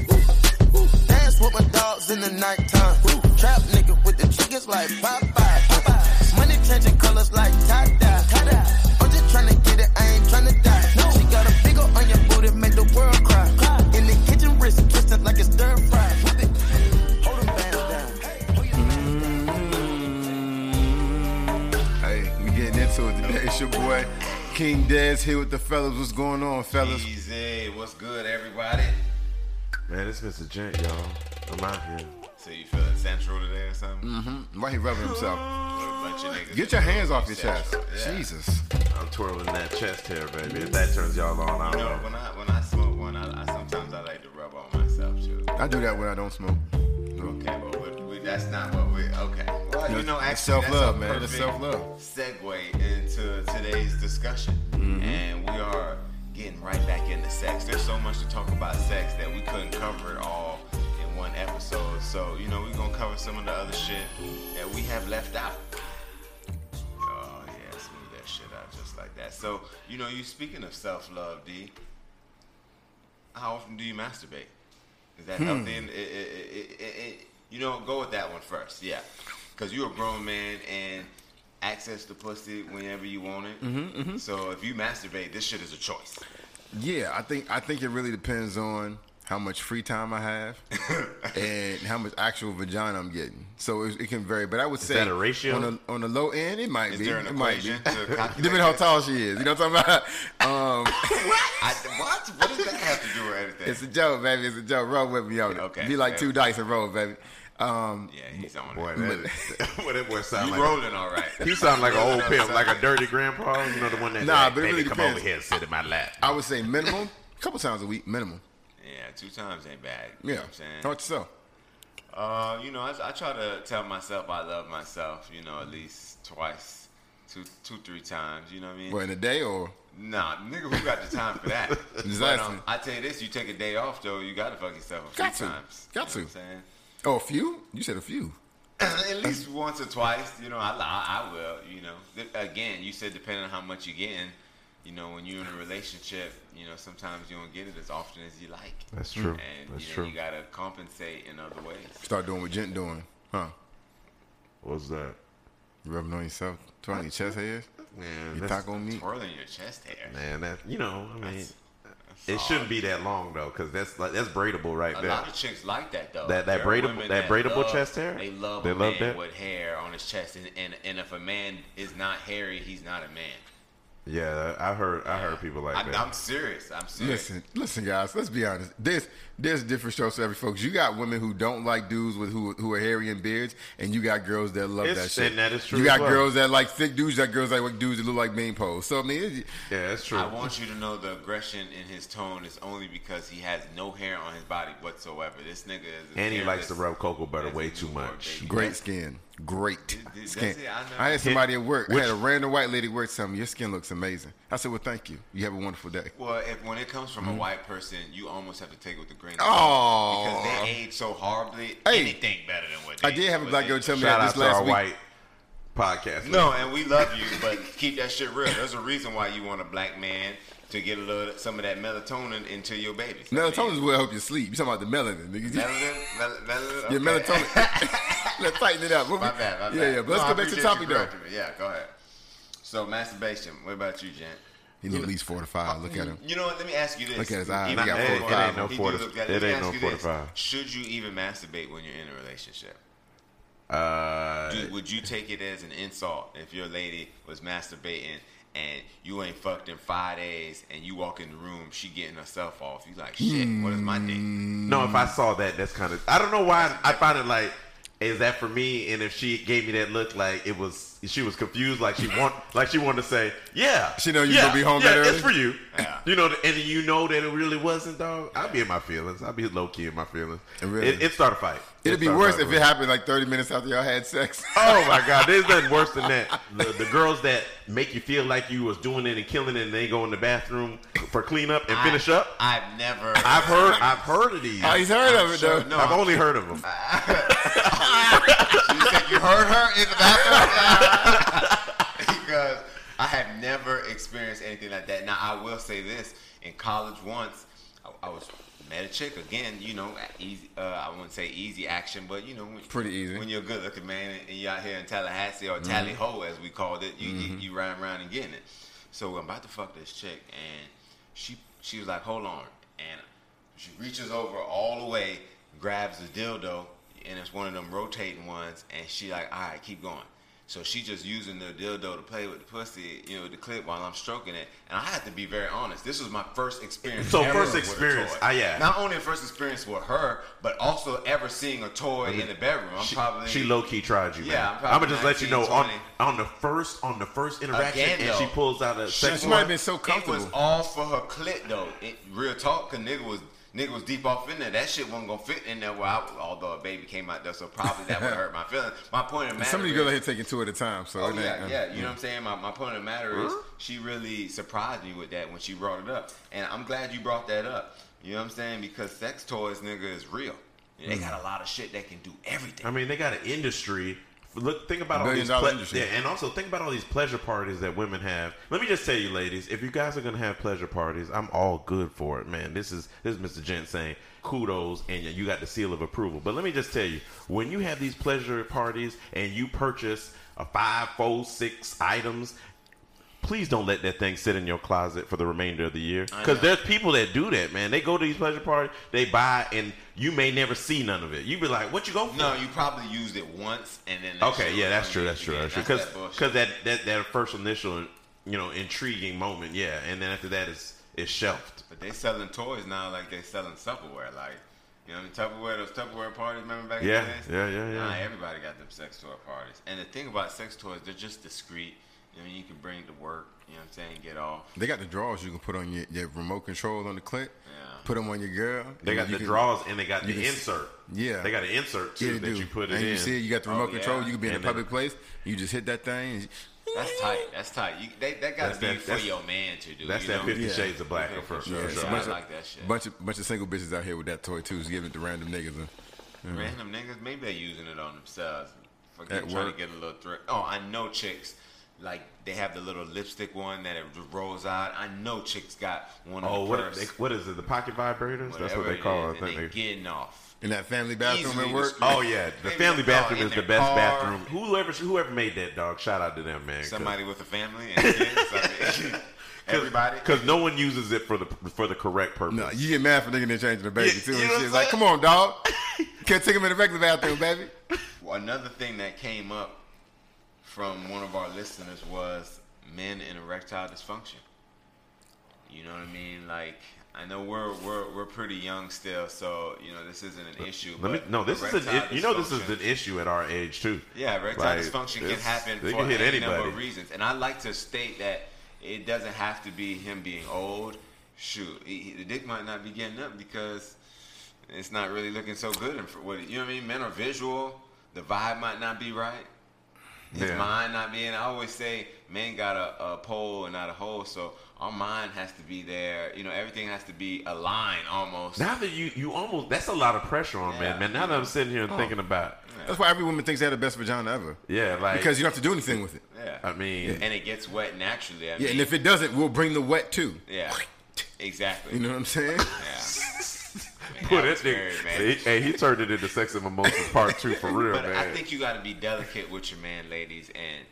Dance with my dogs in the nighttime. Trap nigga with the chickens like Popeye. Popeye. Money changing colors like tie-dye. I'm just tryna get it, I ain't tryna die. She got a big ol' on your booty, make the world cry. In the kitchen, wrist twisted like a stir fry. Whip it. Hold 'em bands down. Hey, we getting into it today. It's your boy King Dez here with the fellas. What's going on, fellas? Easy. What's good, everybody? Man, it's Mr. Gent, y'all. I'm out here. So you feeling central today or something? Why he rubbing himself? With a bunch of niggas Mm. Get your hands off your chest. Yeah. Jesus. I'm twirling that chest hair, baby. If that turns y'all on, I You know, don't know. when I when I smoke one, I, I sometimes I like to rub on myself too. I do that when I don't smoke. No. Okay, but we, we, that's not what we. Okay. Well, you know, actually, It's self-love, that's a man. It's perfect self-love. Segue into today's discussion, Mm-hmm. and we are getting right back into sex. There's so much to talk about sex that we couldn't cover it all in one episode. So you know, we're gonna cover some of the other shit that we have left out. Oh yeah, smooth that shit out just like that. So you know, you speaking of self-love, D. How often do you masturbate? Is that healthy? And it, it, it, it, it- you know, go with that one first. Yeah, because you're a grown man and access to pussy whenever you want it. So if you masturbate, this shit is a choice. Yeah, I think I think it really depends on how much free time I have and how much actual vagina I'm getting. So it, it can vary, but I would say that a ratio? on the on the low end it might Is be. there an it might be. equation to calculate Depending how that? tall she is, you know what I'm talking about. Um, I, what? What does that have to do with anything? It's a joke, baby. It's a joke. Roll with me on it. Okay, Be like okay. two dice and roll, baby. Um, yeah, he's on Boy, it. that is, boy, that boy sound You like rolling all right. he sound like an old pimp, like a dirty grandpa. You know the one that Nah, like, but it baby, really come depends. Oh. over here and sit in my lap. I would say minimum, a couple times a week, minimum. Yeah, two times ain't bad. You Yeah, know what I'm saying? hard to sell. Uh, you know, I, I try to tell myself I love myself. You know, at least twice, two, two, three times. You know what I mean? Well, in a day or Nah, nigga, who got the time for that? Exactly. But, um, I tell you this: you take a day off, though, you gotta fuck yourself a few Got to. times. Got you know to. What I'm saying? oh, a few. You said a few. At least once or twice, you know. I, I, I will, you know. Th- Again, you said depending on how much you're getting, you know, when you're in a relationship, you know, sometimes you don't get it as often as you like, That's true. and That's you know, true. you gotta compensate in other ways. Start doing what Gent doing, huh? What's that? You rubbing on yourself, twirling your chest hairs, Man, your that's- taco meat. Twirling your chest hair. man, that you know, I mean, That's- it shouldn't be that long though, because that's like that's braidable right A there. lot of chicks like that though. That- that There are braidable- women that braidable love- chest hair? They love They a love man that? with hair on his chest, and, and and if a man is not hairy, he's not a man. yeah, I heard I heard people like I, that. I'm serious. I'm serious. Listen, listen, guys. Let's be honest. There's there's different strokes for every folks. You got women who don't like dudes with who who are hairy and beards, and you got girls that love It's- that shit. and that is true You as got well. girls that like thick dudes. You got girls that like dudes that look like bean poles. So I mean, it, yeah, that's true. I want you to know the aggression in his tone is only because he has no hair on his body whatsoever. This nigga is. as and he hairless likes to rub cocoa butter as way a too newborn much. baby. Great skin. Great Did- did- skin. that's it, I know. I, had somebody at work. I Which- had a random white lady work something. Your skin looks amazing. I said, well, thank you. You have a wonderful day. Well, if, when it comes Mm-hmm. from a white person, you almost have to take it with a grain of Oh. salt because they age so horribly. Hey. anything better than what they I did have a what black they- girl tell me Shout that out this to our last week. white podcast. No, and we love you, but keep that shit real. There's a reason why you want a black man to get a little some of that melatonin into your babies. I mean, Melatonin will help you sleep. You talking about the melanin, nigga. Melanin, mel- melanin. Your okay. melatonin. Let's tighten it up. What my we- bad, my bad. yeah, yeah. But let's No, go back I to the appreciate topic, you though. correcting me. Yeah, go ahead. So masturbation. What about you, Jen? He looked at least four to five. Look at him. You know what? Let me ask you this. Look at his eyes. Even He got though- It ain't- it ain't no he do 40 look good. it Let me ain't ask no you this. 45. Should you even masturbate when you're in a relationship? Uh, Do, would you take it as an insult if your lady was masturbating and you ain't fucked in five days and you walk in the room, she getting herself off? You like, shit, what is my dick? No, if I saw that, that's kind of. I don't know why I find it like, is that for me? And if she gave me that look, like it was, she was confused, like she want, like she wanted to say, yeah, She know you yeah, gonna be home yeah, that early? it's for you. Yeah. You know, and you know that it really wasn't, dog. I'd be in my feelings. I'd be low key in my feelings. It really- it, it start a fight. It'd be start a worse fight if with it happened like 30 minutes after y'all had sex. Oh my God, there's nothing worse than that. The, the girls that make you feel like you was doing it and killing it, and they go in the bathroom for cleanup and finish I, up. I've never. I've heard, I've heard of these. Oh, he's heard of it, Sure, though. no, I've only heard of them. you said you heard her in the bathroom because I have never experienced anything like that. Now I will say this: in college, once I, I was met a chick again. You know, easy. Uh, I wouldn't say easy action, but you know, when, Pretty easy. when you're a good looking man and, and you're out here in Tallahassee or Mm-hmm. Tally Ho as we called it. You, you you riding around and getting it. So I'm about to fuck this chick, and she she was like, "Hold on," and she reaches over all the way, grabs the dildo, and it's one of them rotating ones, and she like, all right, keep going. So she just using the dildo to play with the pussy, you know, the clip while I'm stroking it. And I have to be very honest. This was my first experience. So ever first with a experience, toy. ah, yeah. Not only first experience with her, but also ever seeing a toy in the bedroom. I'm She, probably she low key tried you. Yeah, I'm man. probably I'm gonna just let you 19, know on 20. on the first on the first interaction, Again, and she though, pulls out a sex She might one. have been so It comfortable. was all for her clit though. It, real talk, cause nigga was nigga was deep off in there. That shit wasn't gonna fit in there. Where I, although a baby came out there, so probably that would hurt my feelings. My point of the matter. Some of these is- girls out here taking two at a time. So Oh it ain't- yeah, uh, yeah. You know what I'm saying? My, my point of the matter is she really surprised me with that when she brought it up. And I'm glad you brought that up. You know what I'm saying? Because sex toys, nigga, is real. They got a lot of shit that can do everything. I mean, they got an industry. Look, think about all Billion these, dollar ple- industry. yeah, and also think about all these pleasure parties that women have. Let me just tell you, ladies, if you guys are gonna have pleasure parties, I'm all good for it, man. This is this is Mr. Gent saying kudos, and you got the seal of approval. But let me just tell you, when you have these pleasure parties and you purchase a five, four, six items, please don't let that thing sit in your closet for the remainder of the year. Because there's people that do that, man. They go to these pleasure parties, they buy, and you may never see none of it. You be like, "What you go for?" no, you probably used it once and then. that Okay, shit yeah, was that's on true. you That's true. again. That's true. That's Because that bullshit. because that, that that first initial you know intriguing moment, yeah, and then after that it's it's shelved. But they selling toys now like they selling Tupperware. Like, you know, what I mean? Tupperware, those Tupperware parties, remember back Yeah, in the yeah, days? yeah, yeah. Nah, everybody got them sex toy parties. And the thing about sex toys, they're just discreet. I mean, you can bring it to work, you know what I'm saying, get off. They got the drawers you can put on your, your remote control on the clip. Yeah. Put them on your girl. They and got you the can- draws and they got the you can- insert. yeah. they got an insert Yeah, too they that do. you put it and in. You see, it, you got the Oh, remote control. yeah. You can be in a And then- public place. You just hit that thing. That's tight. That's tight. You, they, that got That's to be that- for that's- your man to do. That's you that know? Fifty Yeah. Shades of Black Yeah, for, for for sure. sure. Yeah. bunch I like of, that shit. Bunch of bunch of single bitches out here with that toy too. Just giving it to random niggas. uh, Mm-hmm. Random niggas, maybe they're using it on themselves. Forget At trying work. to get a little thrill. Oh, I know chicks. Like they have the little lipstick one that it rolls out. I know chicks got one. Oh, on what the they, purse, what is it? The pocket vibrators? That's what whatever they call. is, it. I and think they they- getting off. In that family bathroom Easily at work. described. Oh yeah, the Maybe family they- bathroom oh, in is the their best car. bathroom. Whoever whoever made that dog, shout out to them, man. 'cause- Somebody with a family and kids. I mean, everybody. because no one uses it for the for the correct purpose. No, you get mad for thinking they're changing the baby Yeah, too. you And know what shit. I'm Like, saying? come on, dog. Can't take him in the regular bathroom, baby. Another thing that came up from one of our listeners was men in erectile dysfunction. You know what I mean? Like I know we're we're we're pretty young still, so you know this isn't an issue. Let me but no. This is an erectile i- you know this is dysfunction- an issue at our age too. yeah, erectile Like, dysfunction can it's- happen They for can hit any anybody. number of reasons, and I like to state that it doesn't have to be him being old. Shoot, he, he- the dick might not be getting up because it's not really looking so good. And for what you know, what I mean, men are visual. The vibe might not be right. His Yeah. mind not being. I always say, man got a, a pole and not a hole, so our mind has to be there. You know, everything has to be aligned almost. Now that you you almost that's a lot of pressure on Yeah. man, man. Now that I'm sitting Oh. here and thinking about, That's why every woman thinks they have the best vagina ever. yeah, like Because you don't have to do anything with it. yeah, I mean, and it gets wet naturally. I Yeah, mean, and if it doesn't, we'll bring the wet too. yeah, exactly. You know what I'm saying? Yeah. Man, put that it, was weird, man. nigga. Hey, he turned it into Sex and Mimosas Part Two for real, But man. I think you got to be delicate with your man, ladies, and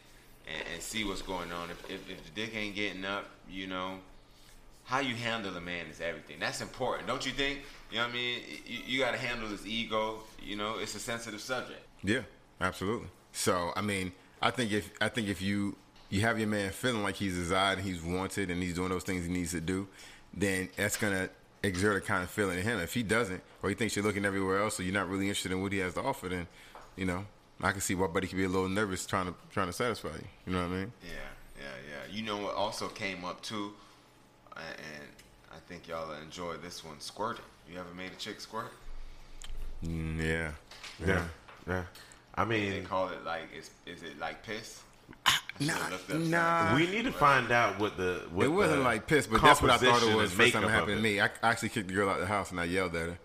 and, and see what's going on. If, if if the dick ain't getting up, you know, how you handle a man is everything. That's important, don't you think? You know what I mean? You, you got to handle his ego. You know, it's a sensitive subject. Yeah, absolutely. So I mean, I think if I think if you you have your man feeling like he's desired and he's wanted and he's doing those things he needs to do, then that's gonna exert a kind of feeling in him. If he doesn't, or he thinks you're looking everywhere else, or you're not really interested in what he has to offer, then you know I can see why Buddy could be a little nervous trying to trying to satisfy you. You know what I mean? Yeah, yeah, yeah. You know what also came up too, a- and I think y'all will enjoy this one. Squirting. You ever made a chick squirt? Mm, yeah. yeah, yeah. I They mean, call it like is is it like piss? I nah, should've looked up nah. something. we need to find out what the what It wasn't the like piss, but that's what I thought uh, composition it was. and First time it makeup of happened to me, I I actually kicked the girl out of the house and I yelled at her.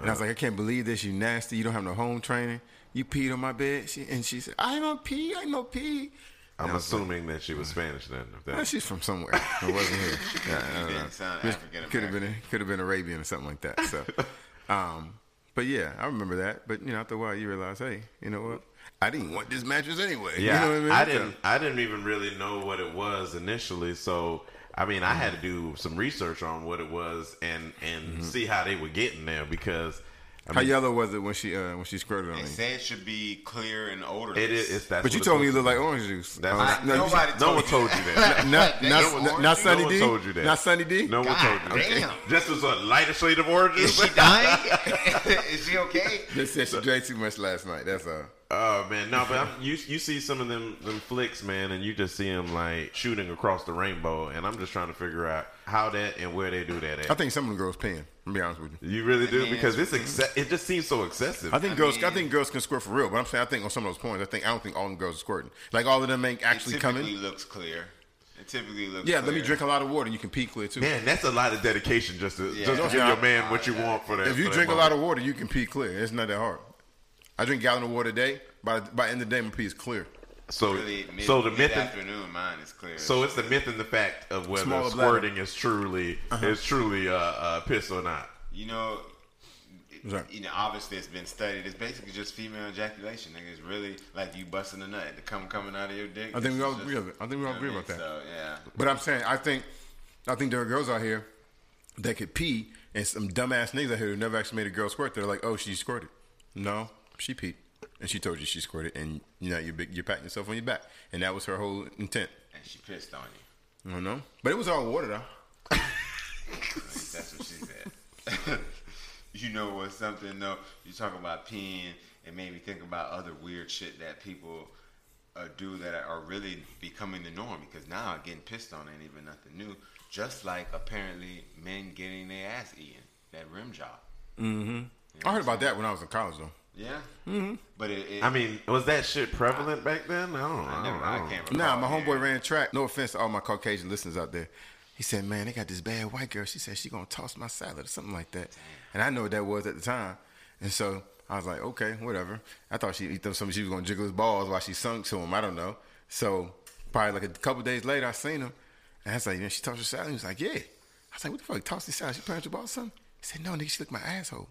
And I was like, I can't believe this. You nasty. You don't have no home training. You peed on my bed. She, and she said, I ain't gonna pee. I ain't no pee. I'm That was assuming that she was Spanish then. if that- Eh, She's from somewhere. It wasn't here. didn't sound African Could have American. been could have been Arabian or something like that. So, um, but yeah, I remember that. But you know, after a while, you realize, hey, you know what? I didn't want this mattress anyway. Yeah, you know what I mean? So- didn't. I didn't even really know what it was initially. So I mean, I had to do some research on what it was and and Mm-hmm. see how they were getting there because I How mean, yellow was it when she uh, when she squirted on They me? say it should be clear and odorless. it is. It's, that's But you what told me it you was. looked like orange juice. That's- Oh, I- no, you- nobody No one told me you that. that. Not, That not, yellow not, orange not juice? Sunny No one D. told you that. Not Sunny D. No one God told you. damn. Just as a lighter shade of orange. Is she dying? is she okay? They said she drank too much last night. That's all. Oh man, no, but I'm, you you see some of them them flicks, man, and you just see them like shooting across the rainbow, and I'm just trying to figure out how that and where they do that at. I think some of the girls paying. I'm be honest with you. you really do Man. because it's exce- it just seems so excessive. I think I girls. I mean- think girls can squirt for real, but I'm saying I think on some of those points, I think I don't think all them girls are squirting. Like all of them ain't actually it coming. typically looks clear. It typically looks. Yeah, clear. let me drink a lot of water. You can pee clear too. Man, that's a lot of dedication just to, Yeah. just to give Yeah. your man what you want for that. if you for that drink a lot moment. of water, you can pee clear. It's not that hard. I drink gallon of water a day. By by end of the day, my pee is clear. so Really, mid, so the myth, and, afternoon mine is clear. so it's the myth and the fact of whether Smaller bladder. Uh-huh. squirting is truly is truly uh, uh, piss or not. you know, it- Sorry. you know, obviously it's been studied. It's basically just female ejaculation. Nigga, it's really like you busting a nut, the cum coming out of your dick. I think we It's all just- agree with it. I think we all agree about that. So yeah, But I'm saying I think I think there are girls out here that could pee, and some dumbass niggas out here who never actually made a girl squirt. They're like, oh, she squirted. No, she peed, and she told you she squirted, and you know you're big- you're patting yourself on your back, and that was her whole intent. and she pissed on you. I don't know, but it was all water though. At least That's what she said. you know what? Something though. You talk about peeing. It made me think about other weird shit that people uh, do that are really becoming the norm. Because now getting pissed on ain't even nothing new. Just like apparently men getting their ass eaten. That rim job. I heard about that when I was in college though. Yeah. Mm-hmm. But it, it, I mean, oh, was that shit prevalent back then? I don't know. I, I don't, never. I I don't- can't. Nah, recall. my homeboy Yeah. ran track. No offense to all my Caucasian listeners out there. He said, "Man, they got this bad white girl. She said she gonna toss my salad or something like that." And I know what that was at the time, and so I was like, "Okay, whatever." I thought she thought something. She was gonna jiggle his balls while she sung to him. I don't know. So probably like a couple days later, I seen him, and I was like, "Man, she tossed your salad." He was like, "Yeah." I was like, "What the fuck? Tossed your salad? She punched your balls or something?" He said, "No, nigga, she licked my asshole."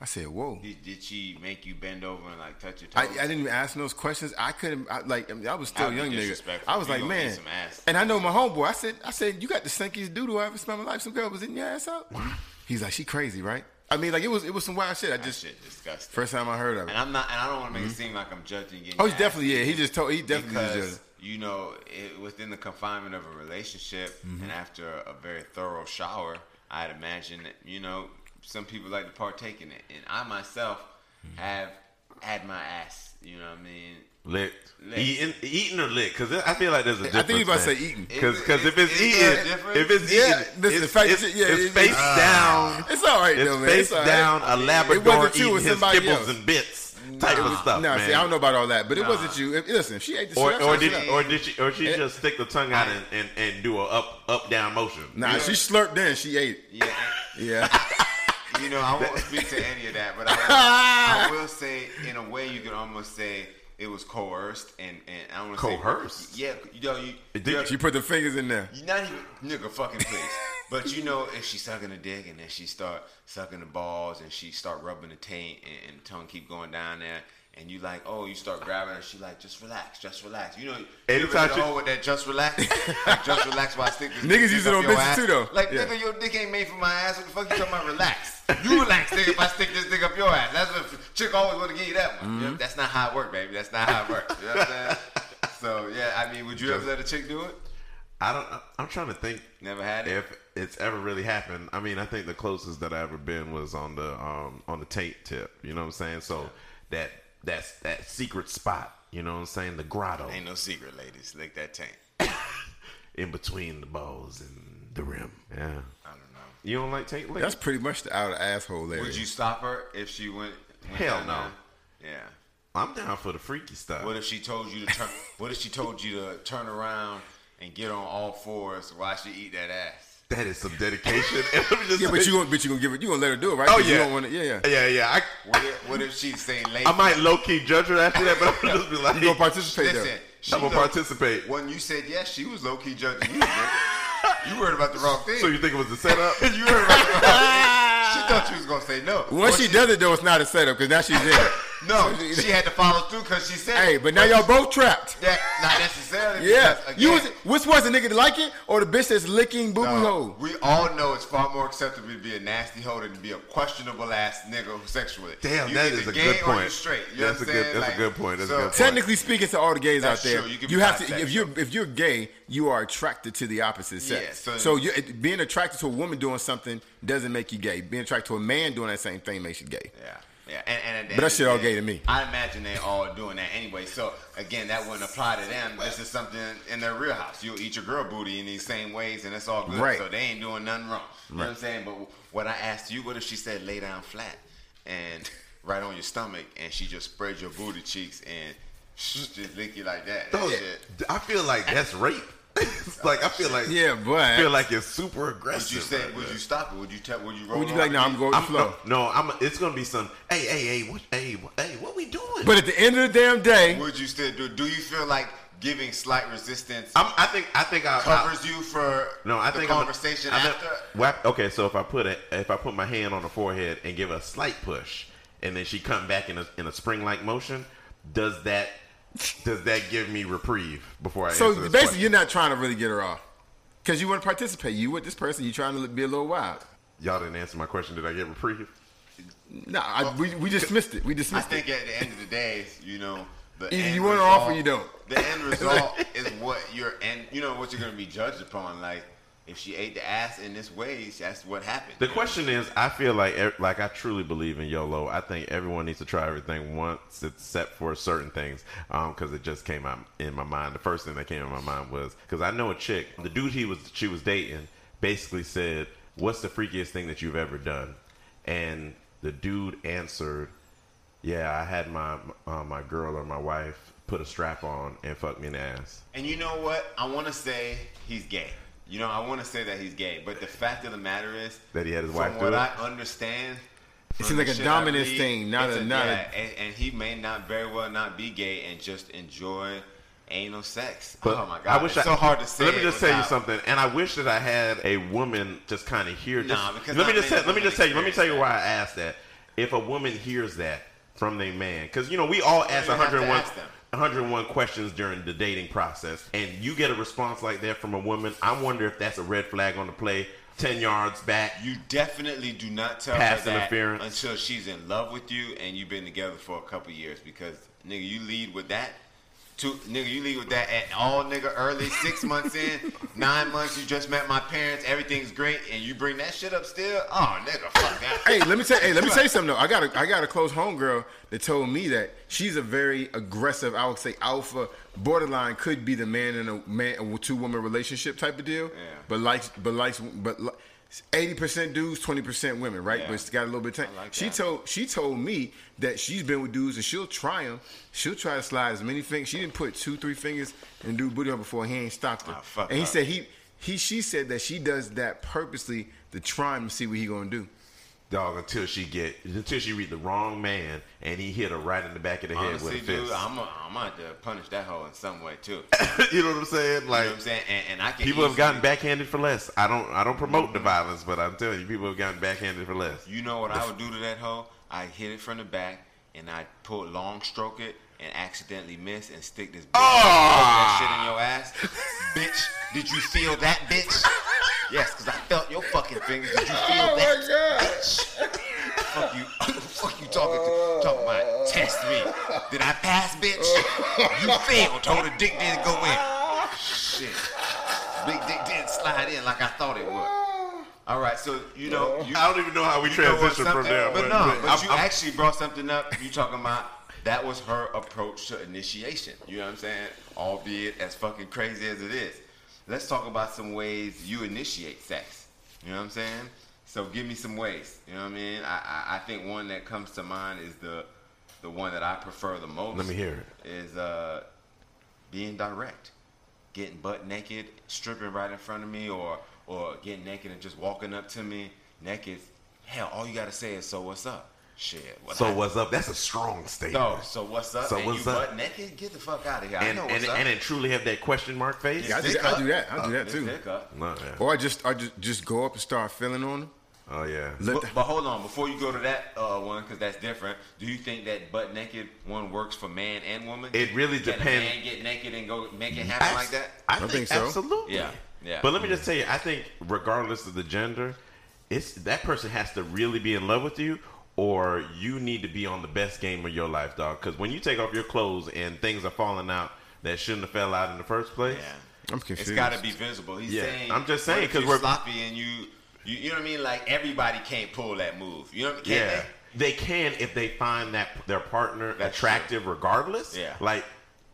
I said, "Whoa." Did, did she make you bend over and like touch your I, I toes? didn't even ask those questions. I couldn't. I, like I, mean, I was still a That'd young be nigga. disrespectful. I was You like, gonna eat man. some ass. And I know my homeboy. I said, I said, you got the stinkiest doodle I ever smelled in my life. Some girl was in your ass out. He's like, she crazy, right? I mean, like it was, it was some wild shit. I that just shit disgusting. first time I heard of and it. I'm not. And I don't want to make it seem like I'm judging. Getting Oh, he's ass definitely yeah. He beat just told he definitely was because just. you know it, within the confinement of a relationship and after a very thorough shower, I'd imagine that you know some people like to partake in it, and I myself have had my ass. You know what I mean? Licked. Licked. Eating, eating or licked? Because I feel like there's a difference. I think you about to say man. eating. Because because if it's Is there a eating, difference? if it's Yeah, eating, listen, it's, fact- it's, yeah, it's it- face Ah. down. It's all right It's though, man. face it's all right. down a Labrador you, it eating was his somebody kibbles else. and bits type of stuff, Nah, man. see, I don't know about all that, but it Nah. wasn't you. If, listen, if she ate the shit, or that's or her shit did up. or did she or she It- just stick the tongue out and, and, and do a up up down motion? Nah, she slurped then she ate. it. Yeah. Yeah. You know, I won't speak to any of that, but I will, I will say, in a way, you could almost say it was coerced, and and I don't want Coerced? Say, yeah, you know, you, Did you're- she put the fingers in there. you not even nigga fucking please. But you know, if she sucking the dick and then she start sucking the balls and she start rubbing the taint and, and tongue keep going down there. And you like, oh, you start grabbing her. She like, just relax, just relax. You know, Anytime you she- she... with that, just relax, Like, just relax. While I stick this Niggas dick use up it on your bitches ass. too, though. Like, Yeah. nigga, your dick ain't made for my ass. What the fuck you talking about? Relax. You relax, nigga. If I stick this dick up your ass, that's what chick always want to give you that Mm-hmm. one. You know, That's not how it works, baby. That's not how it works. You know what I'm saying? So yeah, I mean, would you ever let a chick do it? I don't. I- I'm trying to think Never had it. if it's ever really happened. I mean, I think the closest that I ever been was on the um on the taint tip. You know what I'm saying? So that that's that secret spot. You know what I'm saying? The grotto Ain't no secret, ladies. Lick that tank. in between the balls and the rim. Yeah. I don't know. You don't like taint? lick? That's pretty much the outer asshole area. Would you stop her if she went? went Hell down no. there? Yeah. I'm down for the freaky stuff. What if she told you to turn? what if she told you to turn around and get on all fours while she eat that ass? that is some dedication. Let me just Yeah, but say- you gonna but you gonna give it. You gonna let her do it, right? Oh 'Cause You yeah. don't want to. Yeah, yeah. Yeah, yeah. I What if, what if she's saying, "Lady, I might low key judge her after that, but I'm gonna just be like, You gonna participate listen, though? She I'm gonna low- participate. When you said yes, she was low key judging you. nigga. you heard about the wrong thing. So you think it was the setup? You heard about the wrong thing. She thought you was gonna say no. Once she does it though, it's not a setup because now she's in. it. no, she had to follow through because she said. hey, but now y'all both trapped. that not necessarily. Yeah, because, you was again, which was the nigga that like it or the bitch that's licking booty uh, hole? we all know it's far more acceptable to be a nasty hoe than to be a questionable ass nigga who sexually. Damn, you that either is a gay good or point. You straight. You That's know what a I'm good- saying? that's a Like, good point. That's a so, good point. Technically speaking, to all the gays That's out there, true. You you, can be have to bisexual. if you're if you're gay, you are attracted to the opposite sex. Yeah, so- so you being attracted to a woman doing something doesn't make you gay. Being attracted to a man doing that same thing makes you gay. Yeah. Yeah, and, and at the But that end of the shit all day, gay to me. I imagine they all doing that anyway. So again, that wouldn't apply to them. This is something in their real house. You'll eat your girl booty in these same ways, and it's all good. Right. So they ain't doing nothing wrong. You know what I'm saying? But what I asked you, what if she said lay down flat and right on your stomach, and she just spread your booty cheeks and just lick you like that? That Those- shit. I feel like that's rape. It's like I feel like Yeah, I feel but like it's super Would aggressive. you say? right Would there. you stop it? Would you tell? Would you roll? would you on be like, her no, I'm knees? going with I'm, the flow. no, no, I'm. It's gonna be some. Hey, hey, hey, what, hey, what, hey, what we doing? But at the end of the damn day, Would you still do? Do you feel like giving slight resistance I'm, I think I think I, I covers you for No, I the think I'm- conversation I meant- after. wha- okay, so if I put a, if I put my hand on her forehead and give a slight push, and then she come back in a in a spring like motion, does that does that give me reprieve before I? so answer this basically, question? you're not trying to really get her off because you want to participate. You with this person, you trying to be a little wild. y'all didn't answer my question. Did I get reprieve? No, I, we we dismissed it. We I dismissed think at the end of the day, you know, the Either end you want it result- off or you don't. The end result is what you're and you know what you're gonna be judged upon. Like if she ate the ass in this way, that's what happened. The question is, I feel like e- like I truly believe in YOLO. I think everyone needs to try everything once, except for certain things, because it just came out in my mind. The first thing that came in my mind was because I know a chick, the dude he was she was dating, basically said, "What's the freakiest thing that you've ever done?" And the dude answered, "Yeah, I had my uh, my girl or my wife put a strap on and fuck me in the ass." And you know what? I want to say he's gay. You know, I want to say that he's gay, but the fact of the matter is That he had his from wife do what it? I understand. It from seems like the a shit I dominance read, thing, not it's a- not a- yeah, and, and he may not very well not be gay and just enjoy anal sex. But oh my god, it's so hard to say. Let me it just tell you without- something, and I wish that I had a woman just kind of hear this. Nah, because let me not many just tell, let me women just tell you. Let me tell you why experience I asked that. If a woman hears that from their man, because you know we all ask don't even have to 101, ask them. 101 questions during the dating process, and you get a response like that from a woman, I wonder if that's a red flag on the play, ten yards back. You definitely do not tell Pass her that interference. until she's in love with you and you've been together for a couple years because nigga, you lead with that. Two, nigga, you lead with that at all, nigga. Early six months in, nine months. You just met my parents. Everything's great, and you bring that shit up still. Oh, nigga, fuck that. it. Hey, let me tell. Hey, let me tell you something though. I got a I got a close homegirl that told me that she's a very aggressive. I would say alpha, borderline could be the man in a man a two woman relationship type of deal. Yeah. But likes but likes but eighty percent dudes, twenty percent women, right? Yeah. But it's got a little bit of time. I like she that. told she told me that she's been with dudes and she'll try them. She'll try to slide as many fingers. She didn't put two three fingers in dude booty hole before he ain't stopped her. Ah, fuck and he her. said he. He, she said that she does that purposely to try him to see what he gonna do. Dog, until she get until she read the wrong man and he hit her right in the back of the Honestly, head with a dude, fist. I'm a, I'm gonna have to punish that hoe in some way too. you know what I'm saying? You Like know what I'm saying? And, and I can People have easily- gotten backhanded for less. I don't. I don't promote the violence, but I'm telling you, people have gotten backhanded for less. You know what I would do to that hoe? I'd hit it from the back and I'd pull long stroke it and accidentally miss and stick this bitch that Ah! shit in your ass. bitch, did you feel that, bitch? Yes, because I felt your fucking fingers. Did you feel that, bitch? Fuck you. fuck you talking to talking about test me. Did I pass, bitch? you failed, told the dick didn't go in. Shit. Big dick didn't slide in like I thought it would. Alright, so you know you I don't even know how we you know what, transition from something- there. But no, but I'm- you I'm- actually brought something up. You talking about that was her approach to initiation. You know what I'm saying? Albeit as fucking crazy as it is. Let's talk about some ways you initiate sex. You know what I'm saying? So give me some ways. You know what I mean? I, I, I think one that comes to mind is the the one that I prefer the most. Let me hear it. Is uh being direct, getting butt naked, stripping right in front of me, or or getting naked and just walking up to me naked. Hell, all you gotta say is "So what's up?" Shit. What So I- what's up? That's a strong So, statement. so what's up? So and what's you up? butt naked? Get the fuck out of here. I and know and, what's up. and then truly have that question mark face. Yeah, I, do, Stick I up. do that. I do that This too. dick up. No, yeah. Or I just, I just, just go up and start feeling on them. Oh yeah. Let But, the, but hold on, before you go to that uh, one, because that's different. Do you think that butt naked one works for man and woman? It really Can depend- a man get naked and go make it happen like that? I, think think, so. Absolutely. Yeah, yeah. But let me just tell you, I think regardless of the gender, it's that person has to really be in love with you, or you need to be on the best game of your life, dog. Because when you take off your clothes and things are falling out that shouldn't have fell out in the first place. Yeah. I'm confused. It's got to be visible. He's Yeah, saying. I'm just saying, what if 'cause you we're- sloppy and you, you, you know what I mean. Like everybody can't pull that move. You know, what I mean? Yeah. Can't they? They can if they find that their partner That's attractive regardless. Yeah. Like,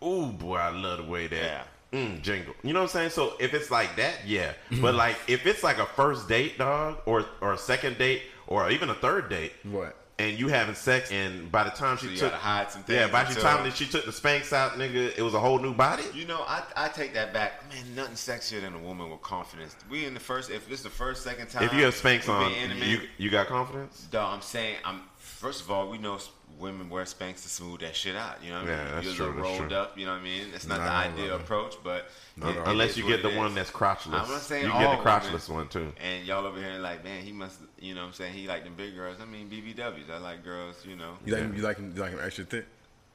ooh boy, I love the way that mm, jingle. You know what I'm saying? So if it's like that, yeah. Mm-hmm. but like if it's like a first date, dog, or or a second date, or even a third date, what? and you having sex, and by the time she you took, gotta hide some yeah, things by the until- time that she took the spanks out, nigga, it was a whole new body. You know, I, I take that back. Man, nothing sexier than a woman with confidence. We in the first, if this is the first, second time. If you have spanks we've on, been intimate, you you got confidence. No, I'm saying I'm. First of all, we know s- women wear spanks to smooth that shit out. You know what I Yeah, mean? that's You're true, little that's rolled true. up. You know what I mean? It's not Not the all ideal of them. approach, but it- it Unless is you what get the it one is. that's crotchless. I'm not saying you get all the women. crotchless one too. And y'all over here like, man, he must. You know what I'm saying? He like them big girls. I mean, BBWs. I like girls. You know. You like, him- you like him, you like him extra thick?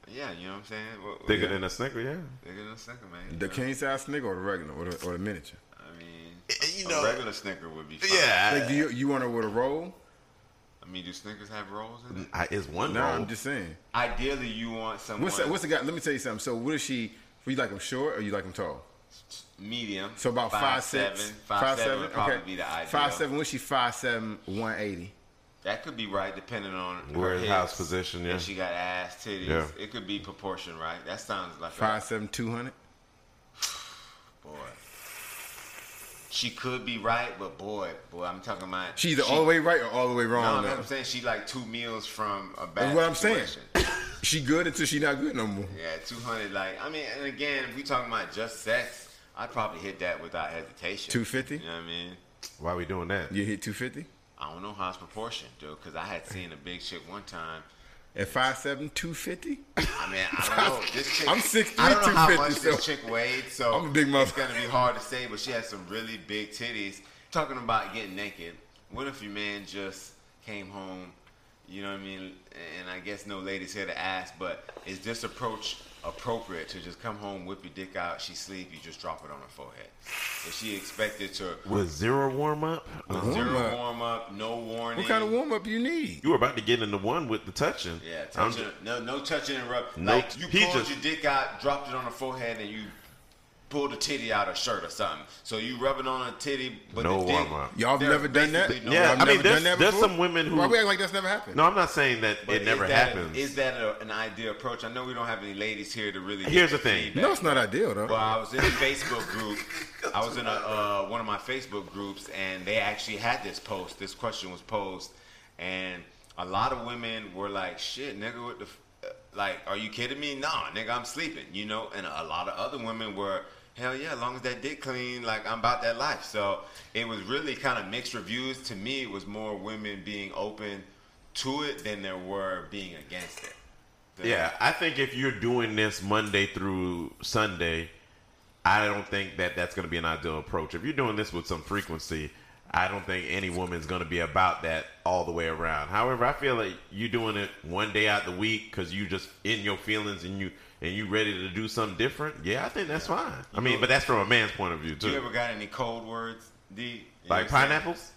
Yeah, you know what I'm saying? What- what- Thicker yeah. than a snicker, yeah. Bigger than a snicker, man. you The know? king size nigga or the regular or the, or the miniature? I mean, You a regular snicker would be. Fine. Like, do you, you want her with a roll? I mean, do snickers have rolls in it? I, it's one No, roll. I'm just saying. Ideally, you want someone What's that, what's the guy? Let me tell you something. So, what is she? You like him short or you like him tall? medium. So about five, six, seven, five, seven would probably be the ideal. Five seven. What's she? Five seven, one eighty. That could be right, depending on Where her his house hips, position, yeah. If she got ass titties, Yeah. it could be proportion, right? That sounds like Five seven, two hundred. a boy. She could be right, but boy, boy, I'm talking about She either she- all the way right or all the way No, wrong. no, though. I'm saying she like two meals from a bad. That's what I'm saying. situation. She good until she not good no more. yeah, 200. Like, I mean, and again, if we talking about just sex, I'd probably hit that without hesitation. 250? You know what I mean? Why we doing that? You hit two fifty I don't know how it's proportioned, dude, because I had seen a big chick one time. at five seven, two fifty. I mean, I don't know. This chick, I'm 6'3", I don't know how much 250, this so- chick weighed, so I'm a big it's mother. gonna be hard to say. But she has some really big titties. Talking about getting naked. What if your man just came home? You know what I mean? And I guess no ladies here to ask, but is this approach appropriate to just come home, whip your dick out, she sleep, you just drop it on her forehead? Is she expected to With zero warm up, Uh-huh. Warm-up. zero warm up, no warning? What kind of warm up you need? you were about to get into one with the touching. Yeah, I'm touching, no, no touching and rub. No, like you he pulled just- your dick out, dropped it on her forehead, and you pulled a titty out of her shirt or something. So you rubbing on a titty, but No the dick, warm up. Y'all there never done that? basically Yeah, Y'all I mean, never there's- done that there's before? some women who- Why we act like that's never happened? no, I'm not saying that But it never is that- happens. Is that a, an ideal approach? I know we don't have any ladies here to really. Here's give the thing. feedback. no, it's not ideal though. Well, I was in a Facebook group. I was in a uh, one of my Facebook groups, and they actually had this post. This question was posed, and a lot of women were like, "Shit, nigga, what the f- uh, like? Are you kidding me? Nah, nigga, I'm sleeping, you know." And a lot of other women were, "Hell yeah, as long as that dick clean, like I'm about that life." So it was really kind of mixed reviews. To me, it was more women being open to it than there were being against it. yeah, I think if you're doing this Monday through Sunday, I don't think that that's going to be an ideal approach. If you're doing this with some frequency, I don't think any woman's going to be about that all the way around. However, I feel like you doing it one day out the week because you just in your feelings and you and you ready to do something different. Yeah, I think that's fine. I mean, but that's from a man's point of view You too. ever got any code words, D? You know Like what I'm saying? pineapples.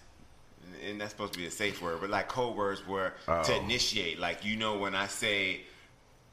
and that's supposed to be a safe word, but like code words were Oh. to initiate. Like you know when I say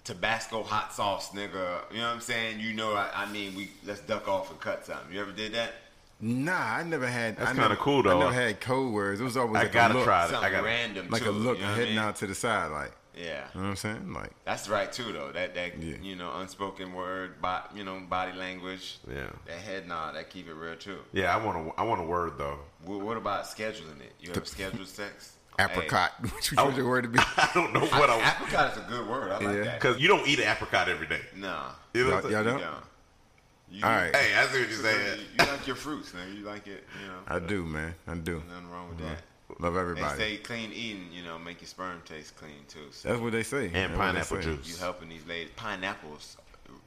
Tabasco hot sauce, nigga, you know what I'm saying? You know, I, I mean, we let's duck off and cut something. You ever did that? nah, I never had. That's I never- kinda cool, though. I never had code words. It was always I like gotta a look, try it. I Something gotta- random, like too, a look you know what I heading mean? out to the side, like Yeah, you know what I'm saying, like. that's right too, though. That that Yeah. you know unspoken word, bo- you know body language. Yeah. that head nod, that keep it real too. Yeah, I want to. I want a word though. What, what about scheduling it? You ever scheduled sex? Apricot, which Oh. was your word to be? I don't know Hey, what I apricot is a good word. I like Yeah. that. because you don't eat an apricot every day. Nah, You know what I'm Y'all, saying? y'all don't? yeah. You, All right, Hey, I see what you're You, saying. you like your fruits, man. You like it, you know. I do, man. I do. Nothing wrong with that. Love They everybody. say clean eating, you know, make your sperm taste clean too. So That's what they say. And That's what they pineapple say. juice. you helping these ladies. Pineapples,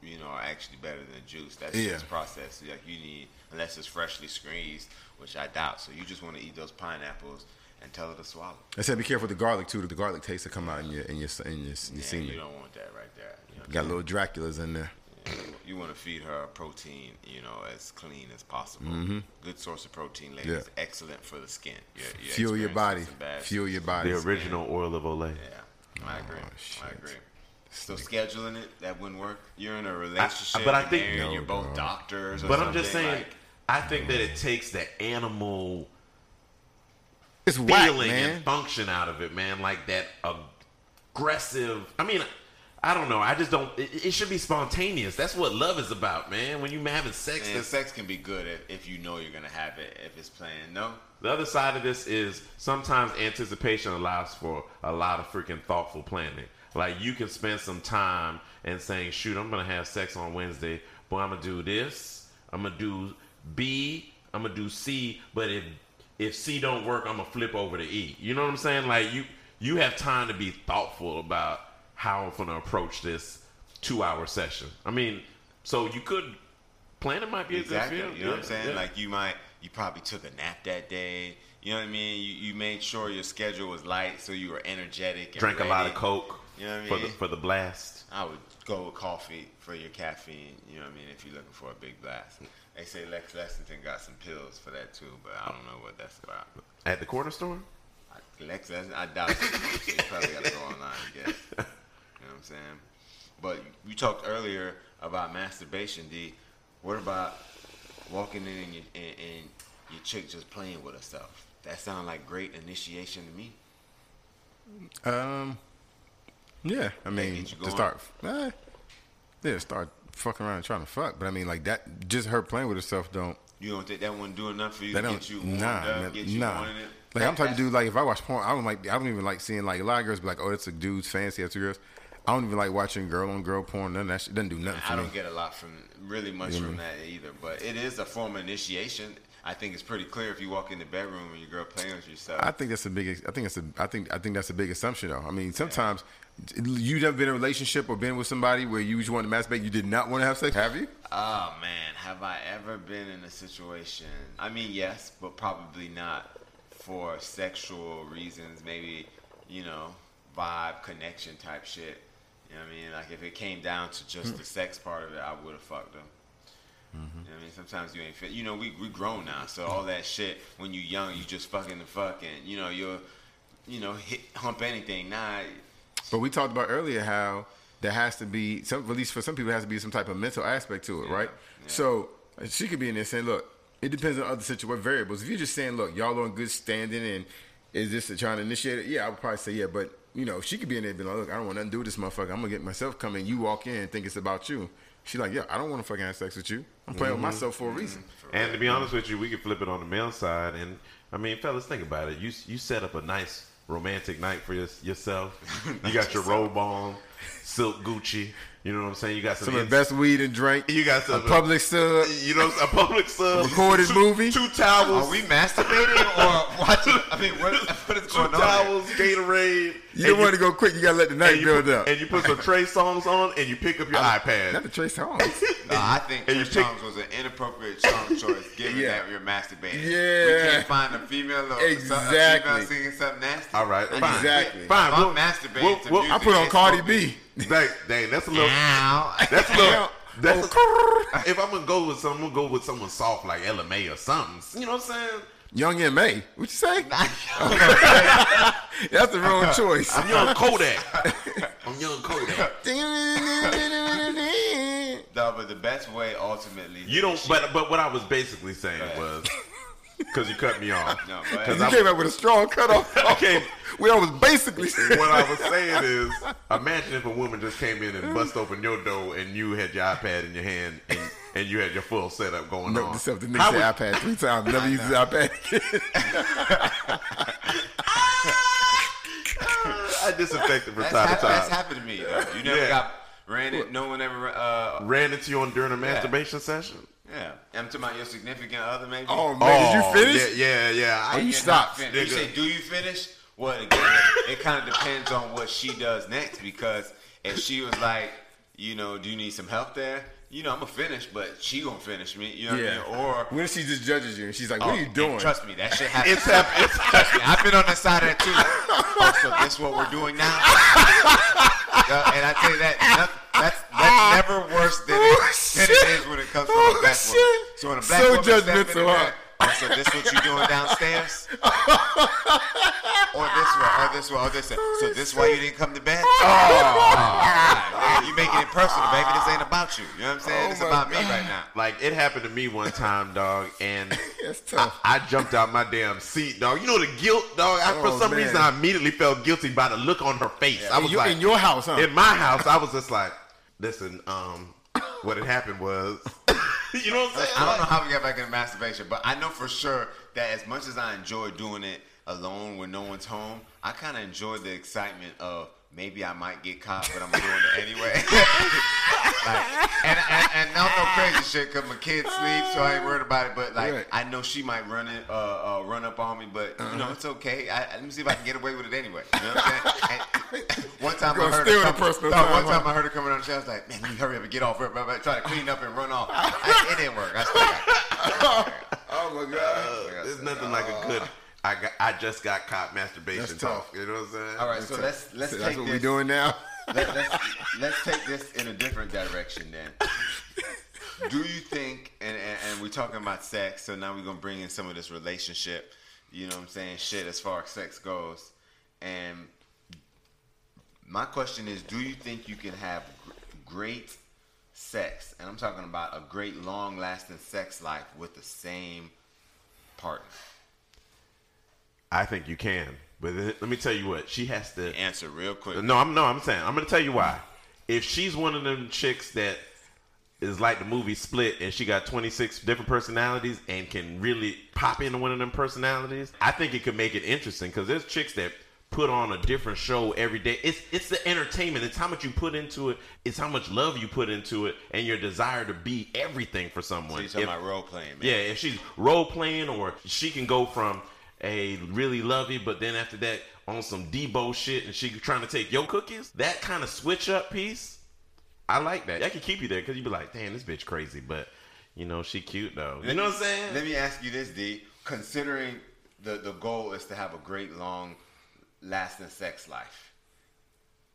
you know, are actually better than juice. That's Yeah. just processed. Like you need, unless it's freshly squeezed, which I doubt. So you just want to eat those pineapples and tell her to swallow. I said be careful with the garlic too. The garlic taste will come out in your in your in your, your Yeah, semen. you don't want that right there. You, know, Got little Draculas in there. you want to feed her protein, you know, as clean as possible. Good source of protein, ladies. Mm-hmm. Yeah. Excellent for the skin. Your- your Fuel your experience body. with some bad Fuel your body. The original oil of Olay. Yeah, I agree. shit. I agree. So scheduling it that wouldn't work. You're in a I- relationship, but I and think- you're, No, you're both dog. doctors. Or But I'm just something, saying, like- I think that it takes the animal It's whack, feeling man. and function out of it, man. Like that aggressive. I mean, I don't know. I just don't. It, it should be spontaneous. That's what love is about, man. When you having sex, And that's sex can be good if, if you know you're gonna have it. If it's planned, no. The other side of this is sometimes anticipation allows for a lot of freaking thoughtful planning. Like you can spend some time and saying, "Shoot, I'm gonna have sex on Wednesday, but I'm gonna do this. I'm gonna do B. I'm gonna do C. But if if C don't work, I'm gonna flip over to E. You know what I'm saying? Like you you have time to be thoughtful about how I'm gonna approach this two hour session. I mean, so you could planning might be a Exactly. good field. You know what I'm Yeah, saying? yeah. Like you might, you probably took a nap that day. You know what I mean? You, you made sure your schedule was light, so you were energetic. And drank a lot of ready. coke You know what I for the mean? for the blast. I would go with coffee for your caffeine. You know what I mean? If you're looking for a big blast, they say Lex Lexington got some pills for that too, but I don't know what that's about. At the corner store? I- Lex Lexington, I doubt it. you probably got to go online and get. it. You know what I'm saying? But you talked earlier about masturbation, D. What about walking in and, your, and, and your chick just playing with herself? That sounds like great initiation to me. Um, yeah. I mean, get you to going. start, eh, yeah, start fucking around and trying to fuck. But I mean, like that, just her playing with herself don't. You don't think that one do enough for you That to don't. get you warmed nah, up, man, get you nah. wanting it? Like I'm That- type of that's- dude. Like if I watch porn, I don't like. I don't even like seeing like a lot of girls be like, oh, that's a dude's fancy. That's a girls. I don't even like watching girl on girl porn. None of that shit doesn't do nothing for I me. don't get a lot from really much from that either, but it is a form of initiation. I think it's pretty clear if you walk in the bedroom and your girl playing with yourself. I think that's a big. I think that's a. I think. I think that's a big assumption, though. I mean, sometimes you've never been in a relationship or been with somebody where you just wanted to masturbate. You did not want to have sex, have you? oh man, have I ever been in a situation? I mean, yes, but probably not for sexual reasons. Maybe you know, vibe, connection type shit. You know what I mean? Like if it came down to just the sex part of it, I would have fucked them. You know what I mean? Sometimes you ain't fit. You know, we we grown now, so all that shit. When you young, you just fucking the fucking. You know, you're, you know, hit hump anything. Nah, But we talked about earlier how there has to be some, at least for some people, there has to be some type of mental aspect to it, right? yeah. So she could be in there saying, "Look, it depends on other situ- what variables." If you're just saying, "Look, y'all are in good standing," and is this trying to initiate it? Yeah, I would probably say yeah, but you know, she could be in there being like, "Look, I don't want nothing to do with this motherfucker. I'm gonna get myself coming." You walk in and think it's about you. She like, "Yeah, I don't want to fucking have sex with you. I'm playing Mm-hmm. with myself for a reason." And to be honest with you, we could flip it on the male side. And I mean, fellas, think about it. You you set up a nice romantic night for your, yourself. You got your robe on, silk Gucci. You know what I'm saying? You got some, Some of the ins- best weed and drink. You got a some public sub. You know, a public sub. Recorded two, movie. Two towels. are we masturbating or watching? I mean, what, what is two going on? there? towels, Gatorade. You don't and want to go quick. You gotta let the night and you build put, up. And you put some Trey songs on, and you pick up your iPad. Not the Trey Songz. No, I think And you Chris pick- Jones was an inappropriate song choice given Yeah. that you're masturbating. Yeah. We can't find a female or a Exactly. female singing something nasty. All right, I fine. just think Exactly. if Fine, I'm we'll- masturbating we'll- to we'll- I music, put on it's Cardi gonna be- B. Dang, dang, that's a little. Ow. That's a little. That's Oh, a- if I'm gonna go with something, I'm gonna go with someone soft like LMA or something. You know what I'm saying? Young M.A. What you say? That's the wrong choice. I'm young Kodak. I'm young Kodak. No, but the best way ultimately. You don't. But but what I was basically saying was because you cut me off. No, Because you I- came up with a strong cutoff. Okay. We always basically said What I was saying is, imagine if a woman just came in and bust open your door, and you had your iPad in your hand, and, and you had your full setup going no, on. except the nigga How would- said iPad three times. Never used his iPad. again. I disinfected from That's, time hap- to that's time. happened to me. Though. You never Yeah. got ran. it- No one ever. Uh, Ran into you on during a masturbation session. Yeah. I'm talking about your significant other, maybe. Oh man, Oh, did you finish? Yeah, yeah. yeah. I, Are you Yeah, stop, not fin- You nigga. say, do you finish? Well, again, it kind of depends on what she does next because if she was like, you know, do you need some help there? You know, I'm gonna finish, but she gonna finish me. You know what I mean? Or when she just judges you and she's like, Oh, "What are you and doing?" Trust me, that shit happens. It's happening. Trust me, I've been on the side of that too. Oh, so this what we're doing now. Yeah, and I tell you that noth- that's that's never worse than it, Ah, Oh, than shit. it is when it comes from Oh, a black woman. shit. So when a black So woman steps in judgmental, huh? there, and so this what you doing downstairs? or this one, or this one, or this one. So this why you didn't come to bed? Oh, man, you making it personal, baby. This ain't about you. You know what I'm saying? Oh, it's my about me God. right now. Like it happened to me one time, dog, and That's I, tough. I jumped out my damn seat, dog. You know the guilt, dog. I, Oh, for some man. reason, I immediately felt guilty by the look on her face. I In was your- like, in your house, huh? in my house, I was just like, listen, um, what had happened was, you know what I'm saying? I don't know how we got back into masturbation, but I know for sure that as much as I enjoy doing it alone when no one's home, I kind of enjoy the excitement of maybe I might get caught, but I'm doing it anyway. Like, and, and and not no crazy shit because my kid sleeps, so I ain't worried about it. But like, Right. I know she might run it, uh, uh, run up on me, but you know it's okay. I, I- let me see if I can get away with it anyway. You know what I'm saying? And one time I Gonna heard steal her the coming- personal no, time, one huh? time I heard her coming on the show. I was like, man, let me hurry up and get off. her, blah, blah, Try to clean up and run off. I, it didn't work. I swear to God. oh my god. Uh, There's nothing like a good. I got. I just got caught masturbation That's tough. talk. You know what I'm saying? All right, so let's let's So take that's what this. we're doing now. Let, let's let's take this in a different direction then. Do you think? And, and and we're talking about sex, so now we're gonna bring in some of this relationship. You know what I'm saying? Shit, as far as sex goes, and my question is: Do you think you can have gr- great sex? And I'm talking about a great, long-lasting sex life with the same partner. I think you can, but let me tell you what. She has to. Answer real quick. No, I'm no. I'm saying. I'm gonna tell you why. If she's one of them chicks that is like the movie Split, and she got 26 different personalities and can really pop into one of them personalities, I think it could make it interesting because there's chicks that put on a different show every day. It's it's the entertainment. It's how much you put into it. It's how much love you put into it, and your desire to be everything for someone. So you're talking If- about role playing, man. yeah, if she's role playing or she can go from a really lovey, but then after that on some Debo shit and she trying to take your cookies, that kind of switch up piece, I like that. That can keep you there because you be like, damn, this bitch crazy, but you know, she cute though. You know what I'm saying? Let me ask you this, D. Considering the, the goal is to have a great, long, lasting sex life,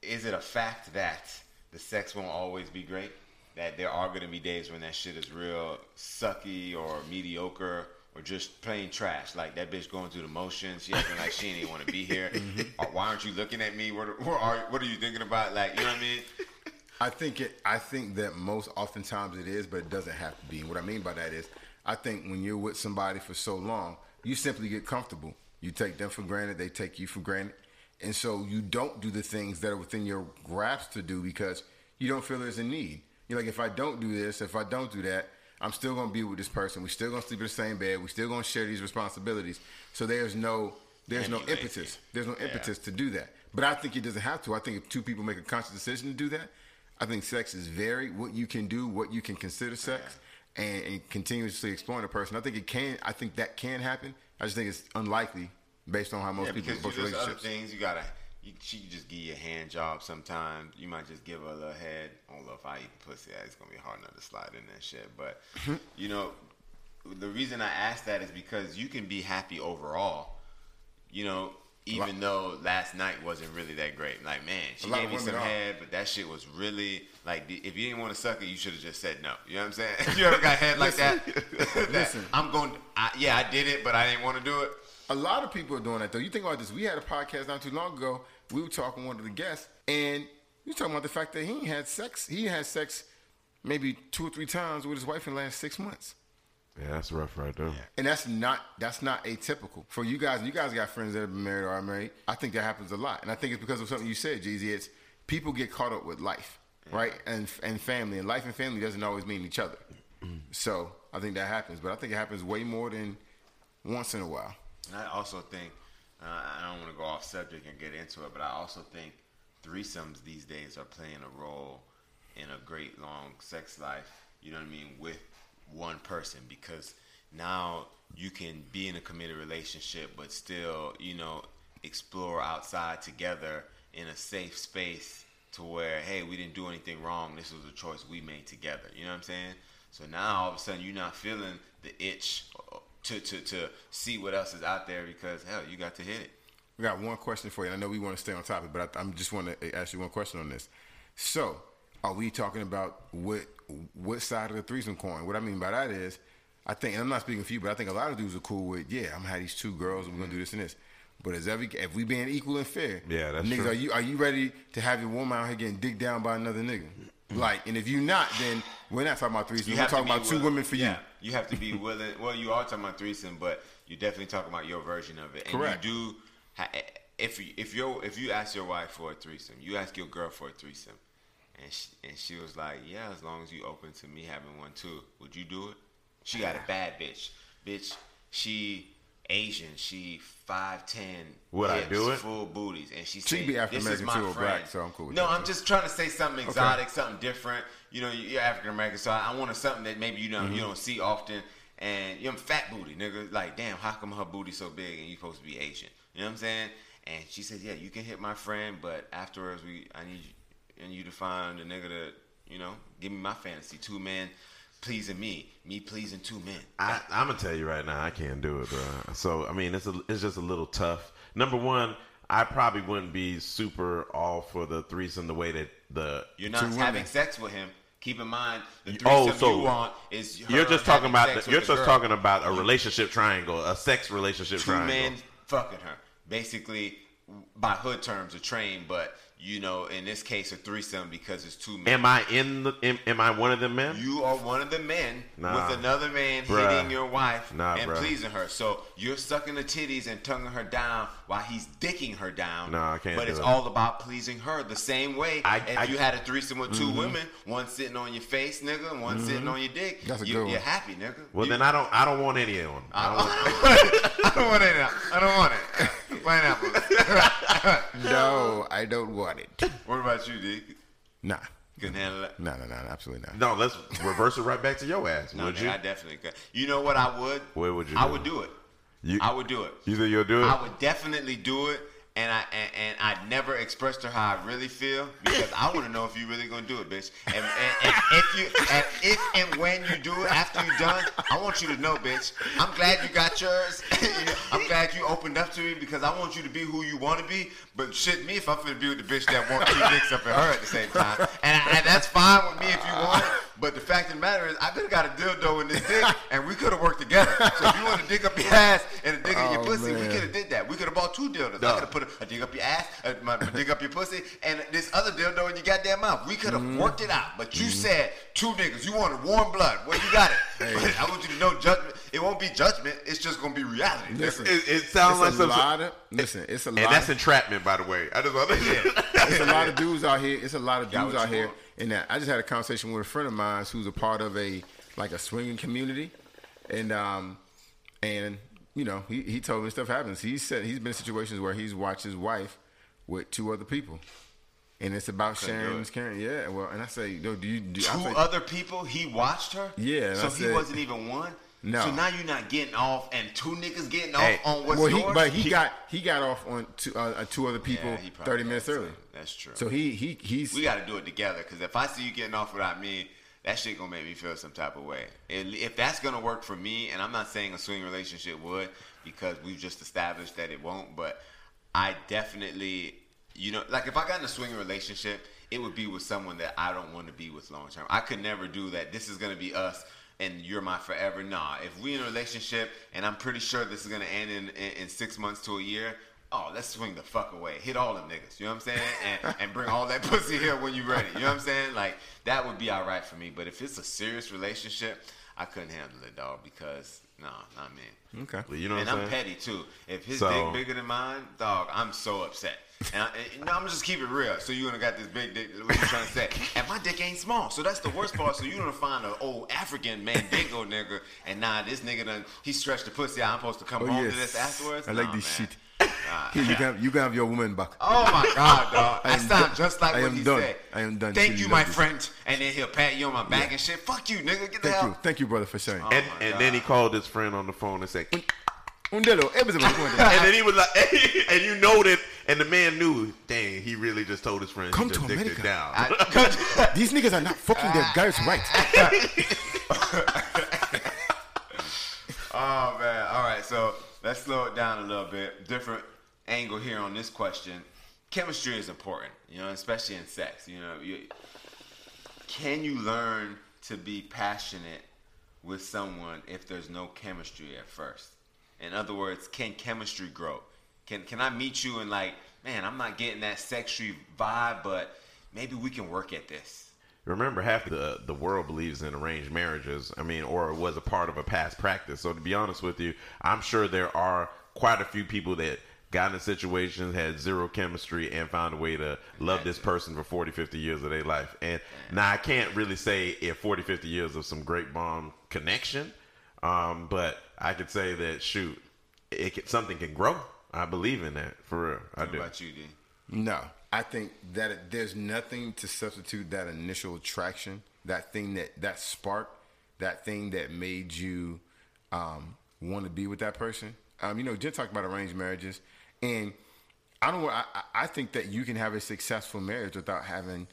is it a fact that the sex won't always be great? That there are going to be days when that shit is real sucky or mediocre or just plain trash. Like that bitch going through the motions. She acting like she ain't even want to be here. Mm-hmm. or why aren't you looking at me? What, what, are, what are you thinking about? Like, you know what I mean? I think it. I think that most oftentimes it is, but it doesn't have to be. And what I mean by that is, I think when you're with somebody for so long, you simply get comfortable. You take them for granted; they take you for granted, and so you don't do the things that are within your grasp to do because you don't feel there's a need. You're like, if I don't do this, if I don't do that, I'm still gonna be with this person. We're still gonna sleep in the same bed. We're still gonna share these responsibilities. So there's no there's no Emulating. impetus. There's no impetus to do that. But I think it doesn't have to. I think if two people make a conscious decision to do that, I think sex is varied. What you can do, what you can consider sex, and, and continuously exploring a person. I think it can. I think that can happen. I just think it's unlikely based on how most Yeah, people because you approach just other relationships. things you gotta. You, she can just give you a hand job sometimes. You might just give her a little head. I don't know if I eat pussy. It's gonna be hard enough to slide in that shit. But you know, the reason I ask that is because you can be happy overall. You know, even though last night wasn't really that great. Like man, she A lot gave of me women some are. head, but that shit was really like. the- If you didn't want to suck it, you should have just said no. You know what I'm saying? you ever got head like that? that listen. I'm going. I, yeah, I did it, but I didn't want to do it. A lot of people are doing that though. You think about this. We had a podcast not too long ago. We were talking with one of the guests, and we were talking about the fact that he ain't had sex. He had sex maybe two or three times with his wife in the last six months. Yeah, that's rough right there. And that's not that's not atypical for you guys. You guys got friends that have been married or are married. I think that happens a lot, and I think it's because of something you said, Jeezy. It's people get caught up with life, right, and and family, and life and family doesn't always mean each other. so I think that happens, but I think it happens way more than once in a while. And I also think uh, I don't want to go off subject and get into it, but I also think threesomes these days are playing a role in a great long sex life. You know what I mean? With one person because now you can be in a committed relationship but still you know explore outside together in a safe space to where hey we didn't do anything wrong this was a choice we made together you know what i'm saying so now all of a sudden you're not feeling the itch to, to, to see what else is out there because hell you got to hit it We got one question for you. and I know we want to stay on topic, but I, I'm just want to ask you one question on this. So, are we talking about what what side of the threesome coin? What I mean by that is, I think, and I'm not speaking for you, but I think a lot of dudes are cool with, yeah, I'm gonna have these two girls, and we're gonna Mm-hmm. do this and this. But is every if we being equal and fair? Yeah, that's niggas, true. Are you are you ready to have your woman out here getting dicked down by another nigga? Like, and if you're not, then we're not talking about threesome. We're Mm-hmm. have to talking be about two willing- women for yeah, you. You have to be willing. Well, you are talking about threesome, but you're definitely talking about your version of it. And Correct. You do ha- eh, if you, if you if you ask your wife for a threesome, you ask your girl for a threesome, and she, and she was like, "Yeah, as long as you open to me having one too, would you do it?" She got a bad bitch, bitch. She Asian. She five ten. Would I do it? Full booties, and she She'd said, be African "This is American my too, or friend." black, so I'm cool with no, that, I'm just trying to say something exotic, something different. You know, you're African American, so I I wanted something that maybe you don't you don't see often. And you know, fat booty, nigga. Like, damn, how come her booty so big and you supposed to be Asian? You know what I'm saying? And she said, yeah, you can hit my friend, but afterwards, we I need you, and you to find a nigga to you know give me my fantasy. Two men pleasing me, me pleasing two men. I, I'm gonna tell you right now, I can't do it, bro. So I mean, it's a, it's just a little tough. Number one, I probably wouldn't be super all for the threesome the way that the You're not Two women. having sex with him. Keep in mind, the threesome Oh, so you want is her you're just having talking about sex the, with you're the just girl. talking about a relationship triangle, a sex relationship two triangle. men fucking her. Basically, by hood terms, a train, but you know, in this case, a threesome because it's two men. Am I in the? Am, am I one of them men? you are one of the men Nah. with another man Bruh. hitting your wife Nah, and bruh. pleasing her. So you're sucking the titties and tonguing her down while he's dicking her down. Nah, I can't But do it's it. all about pleasing her the same way. I- if I- Mm-hmm. you had a threesome with 2 women, one sitting on your face, nigga, and one sitting on your dick, That's a you, good one. you're happy, nigga. well, You- Uh-uh. then I don't. I don't want any of them. I don't want, I don't want it. I don't want it. Pineapple. No, I don't want it. What about you, Dick? Nah, Couldn't handle that. nah, nah, nah, absolutely not. no, let's reverse it right back to your ass. No, would man, you? I definitely could. You know what I would? What would you I do? would do it. You- I would do it. you think you'll do it? I would definitely do it, and I and, and I never expressed to her how I really feel because I want to know if you really gonna do it, bitch. And, and, and if you and if and when you do it after you're done, I want you to know, bitch. I'm glad you got yours. I'm glad you opened up to me because I want you to be who you want to be. But shit, me if I'm finna be with the bitch that wants two dicks up in her at the same time, and, I, and that's fine with me if you want. it. But the fact of the matter is, I could have got a dildo in this dick, and we could have worked together. So if you want to dig up your ass and a dick in your Oh, pussy, we man. could have did that. We could have bought two dildos. I No. could have put a, a dig up your ass, a, my, my dig up your pussy, and this other dildo in your goddamn mouth. We could have Mm-hmm. worked it out. But you said two niggas. You wanted warm blood. Well, you got it. But I want you to know judgment. It won't be judgment. It's just gonna be reality. Listen, It, it sounds like it's a some. lot of listen. It's a lot. and that's of, entrapment, by the way. I just want to. it's a lot of dudes out here. It's a lot of Got dudes what out you here. want. And that I just had a conversation with a friend of mine who's a part of a like a swinging community, and um, and you know he, he told me stuff happens. He said he's been in situations where he's watched his wife with two other people, and it's about Couldn't do sharing, it. caring. Yeah, well, and I say, yo, do you do Two I say, other people. He watched her. Yeah, and So I he said- wasn't even one. No. So now you're not getting off, and two niggas getting off Hey, on what's well, he, yours. but he, got he got off on two, uh, uh, two other people Yeah, he probably thirty minutes does, early. so That's true. So he he he's We got to do it together because if I see you getting off without me, that shit gonna make me feel some type of way. If if that's gonna work for me, and I'm not saying a swing relationship would because we've just established that it won't, but I definitely, you know, like if I got in a swing relationship, it would be with someone that I don't want to be with long term. I could never do that. This is gonna be us. And you're my forever. Nah, if we in a relationship and I'm pretty sure this is gonna end in, in, in six months to a year, Oh, let's swing the fuck away. Hit all them niggas. You know what I'm saying? And, and bring all that pussy here when you ready. You know what I'm saying? Like, that would be all right for me. But if it's a serious relationship, I couldn't handle it, dog, because, nah, not me. okay. You know what and I'm I'm saying? petty, too. If his So- dick bigger than mine, dog, I'm so upset. And, I, and no, I'm just keep it real. So you gonna got this big dick. What you trying to say? And my dick ain't small, so that's the worst part. So you gonna find an old African mandingo nigga, and nah, this nigga done he stretched the pussy out. I'm supposed to come Oh, home yes. to this afterwards. I like Nah, this man. shit. Nah, God. Here, you can have, you can have your woman back. Oh my God, dog. I I am sound done. just like I what am he done. said. I am done. Thank Truly you, my love this. friend. And then he'll pat you on my back and shit. Fuck you, nigga. Get the Thank hell. you, thank you, brother, for sharing. and Oh my and then he called his friend on the phone and said, and Undelo, everybody, come on, then he was like, and you know that, and the man knew, dang, he really just told his friend, Come he just to dicked it America. down. I- These niggas are not fucking their guys right. oh man. All right. So let's slow it down a little bit. Different angle here on this question. Chemistry is important, you know, especially in sex. You know, you, can you learn to be passionate with someone if there's no chemistry at first? In other words, can chemistry grow? Can can I meet you and like, man, I'm not getting that sexy vibe, but maybe we can work at this. Remember, half the the world believes in arranged marriages. I mean, or was a part of a past practice. So to be honest with you, I'm sure there are quite a few people that got in situations had zero chemistry and found a way to love this person for 40 50 years of their life and now i can't really say if 40 50 years of some great bomb connection um, but i could say that shoot it can, something can grow i believe in that for real i What do about you, D? No, I think that it- there's nothing to substitute that initial attraction, that thing that that spark, that thing that made you um, want to be with that person. Um, you know, Jen talked about arranged marriages, and I don't. I, I- I think that you can have a successful marriage without having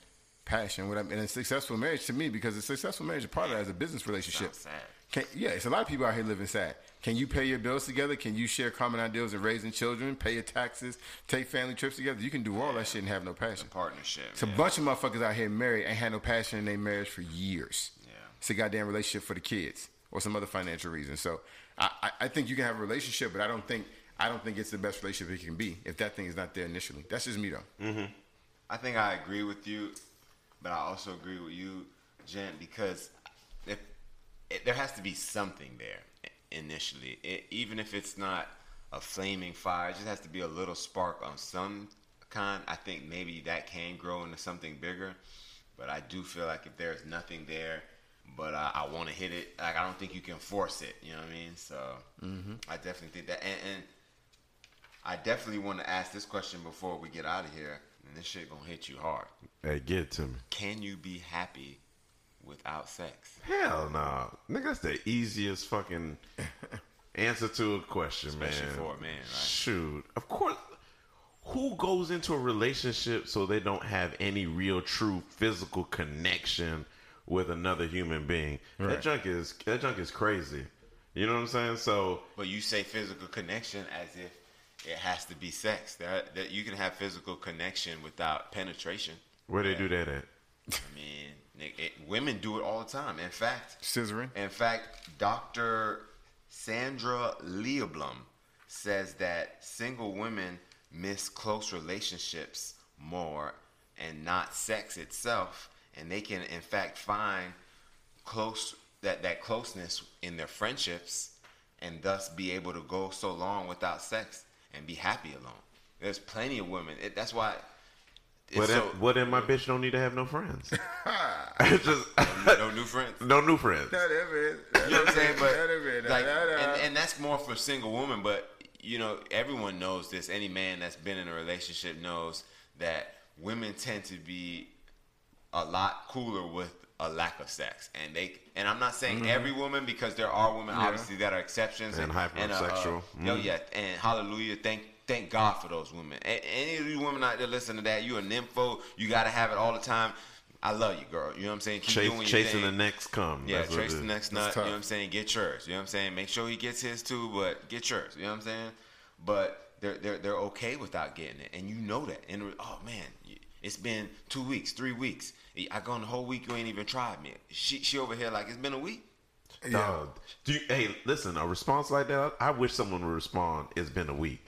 passion. What I mean, and a successful marriage to me, because a successful marriage is part of that is a business relationship. Sounds sad. Can, yeah, it's a lot of people out here living sad. Can you pay your bills together? Can you share common ideals of raising children, pay your taxes, take family trips together? You can do all that shit and have no passion. Partnership. It's a bunch of motherfuckers out here married ain't had no passion in their marriage for years. Yeah. It's a goddamn relationship for the kids or some other financial reason. So I, I, I think you can have a relationship, but I don't think I don't think it's the best relationship it can be if that thing is not there initially. That's just me though. Mm. I think I agree with you, but I also agree with you, Jen, because if, it, there has to be something there initially, it, even if it's not a flaming fire, it just has to be a little spark on some kind. I think maybe that can grow into something bigger, but I do feel like if there's nothing there, but I, I want to hit it, like I don't think you can force it. You know what I mean? So I definitely think that, and, and I definitely want to ask this question before we get out of here, and this shit gonna hit you hard. hey get it to me Can you be happy without sex? Hell no, nigga. That's the easiest fucking answer to a question, Especially man. for a man, right? Shoot, of course. Who goes into a relationship so they don't have any real, true physical connection with another human being? That junk is that junk is crazy. You know what I'm saying? So But you say physical connection as if it has to be sex. That that you can have physical connection without penetration. where they do that at? I mean, nigga, it, women do it all the time. In fact, Scissoring. In fact, Dr. Sandra Leoblum says that single women miss close relationships more and not sex itself, and they can in fact find close that, that closeness in their friendships and thus be able to go so long without sex and be happy alone. There's plenty of women. It, that's why it's What so, if, what if my bitch don't need to have no friends? it's just no new friends. no new friends. You know what I'm saying? But like, and, and that's more for single women. But you know, everyone knows this. Any man that's been in a relationship knows that women tend to be a lot cooler with a lack of sex, and they. And I'm not saying every woman because there are women obviously that are exceptions Mm-hmm. And uh, hypersexual. Mm-hmm. uh, yo, yeah, and hallelujah, thank thank God for those women. A- any of you women out there listening to that, you a nympho, you got to have it all the time. I love you, girl. You know what I'm saying? Keep Chase, doing your chasing thing. the next come. Yeah, That's what trace it the is. next nut. That's You know tough. what I'm saying? Get yours. You know what I'm saying? Make sure he gets his too, but get yours. You know what I'm saying? But they're they're they're okay without getting it, and you know that. And oh man, it's been two weeks, three weeks. I gone the whole week. You ain't even tried me. She she over here like it's been a week. Dog, do you, hey, listen, a response like that, I wish someone would respond. It's been a week.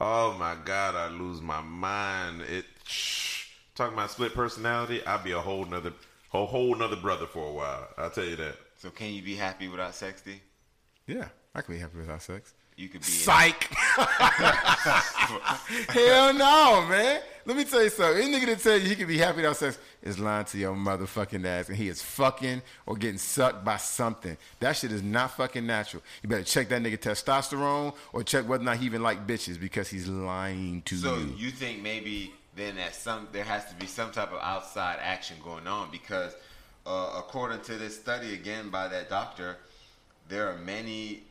Oh my God, I lose my mind. It shh. talking about split personality, I'd be a whole nother a whole nother brother for a while. I'll tell you that. So can you be happy without sex, D? Yeah, I can be happy without sex. You could be Psych. Hell no, man. Let me tell you something. Any nigga that tell you he can be happy without sex is lying to your motherfucking ass, and he is fucking or getting sucked by something. That shit is not fucking natural. You better check that nigga testosterone or check whether or not he even like bitches because he's lying to So you. you think maybe then that some there has to be some type of outside action going on because uh, according to this study again by that doctor, there are many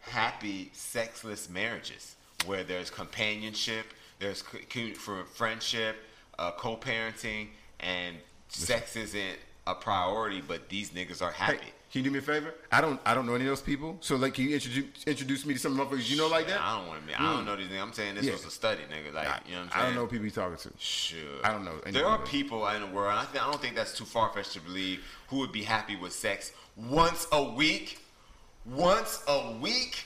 happy sexless marriages where there's companionship, there's co- commu- for friendship, uh, co-parenting, and sex isn't a priority. But these niggas are Hey, happy. can you do me a favor? I don't I don't know any of those people. So like can you introduce introduce me to some motherfuckers you know like that? Mm. I don't want to. be. I don't know these niggas. I'm saying this Yeah. was a study, nigga. Like you know what I'm saying. I don't know people you talking to. Sure. I don't know. There are people in the world. I, th- I don't think that's too far fetched to believe who would be happy with sex once a week. Once a week.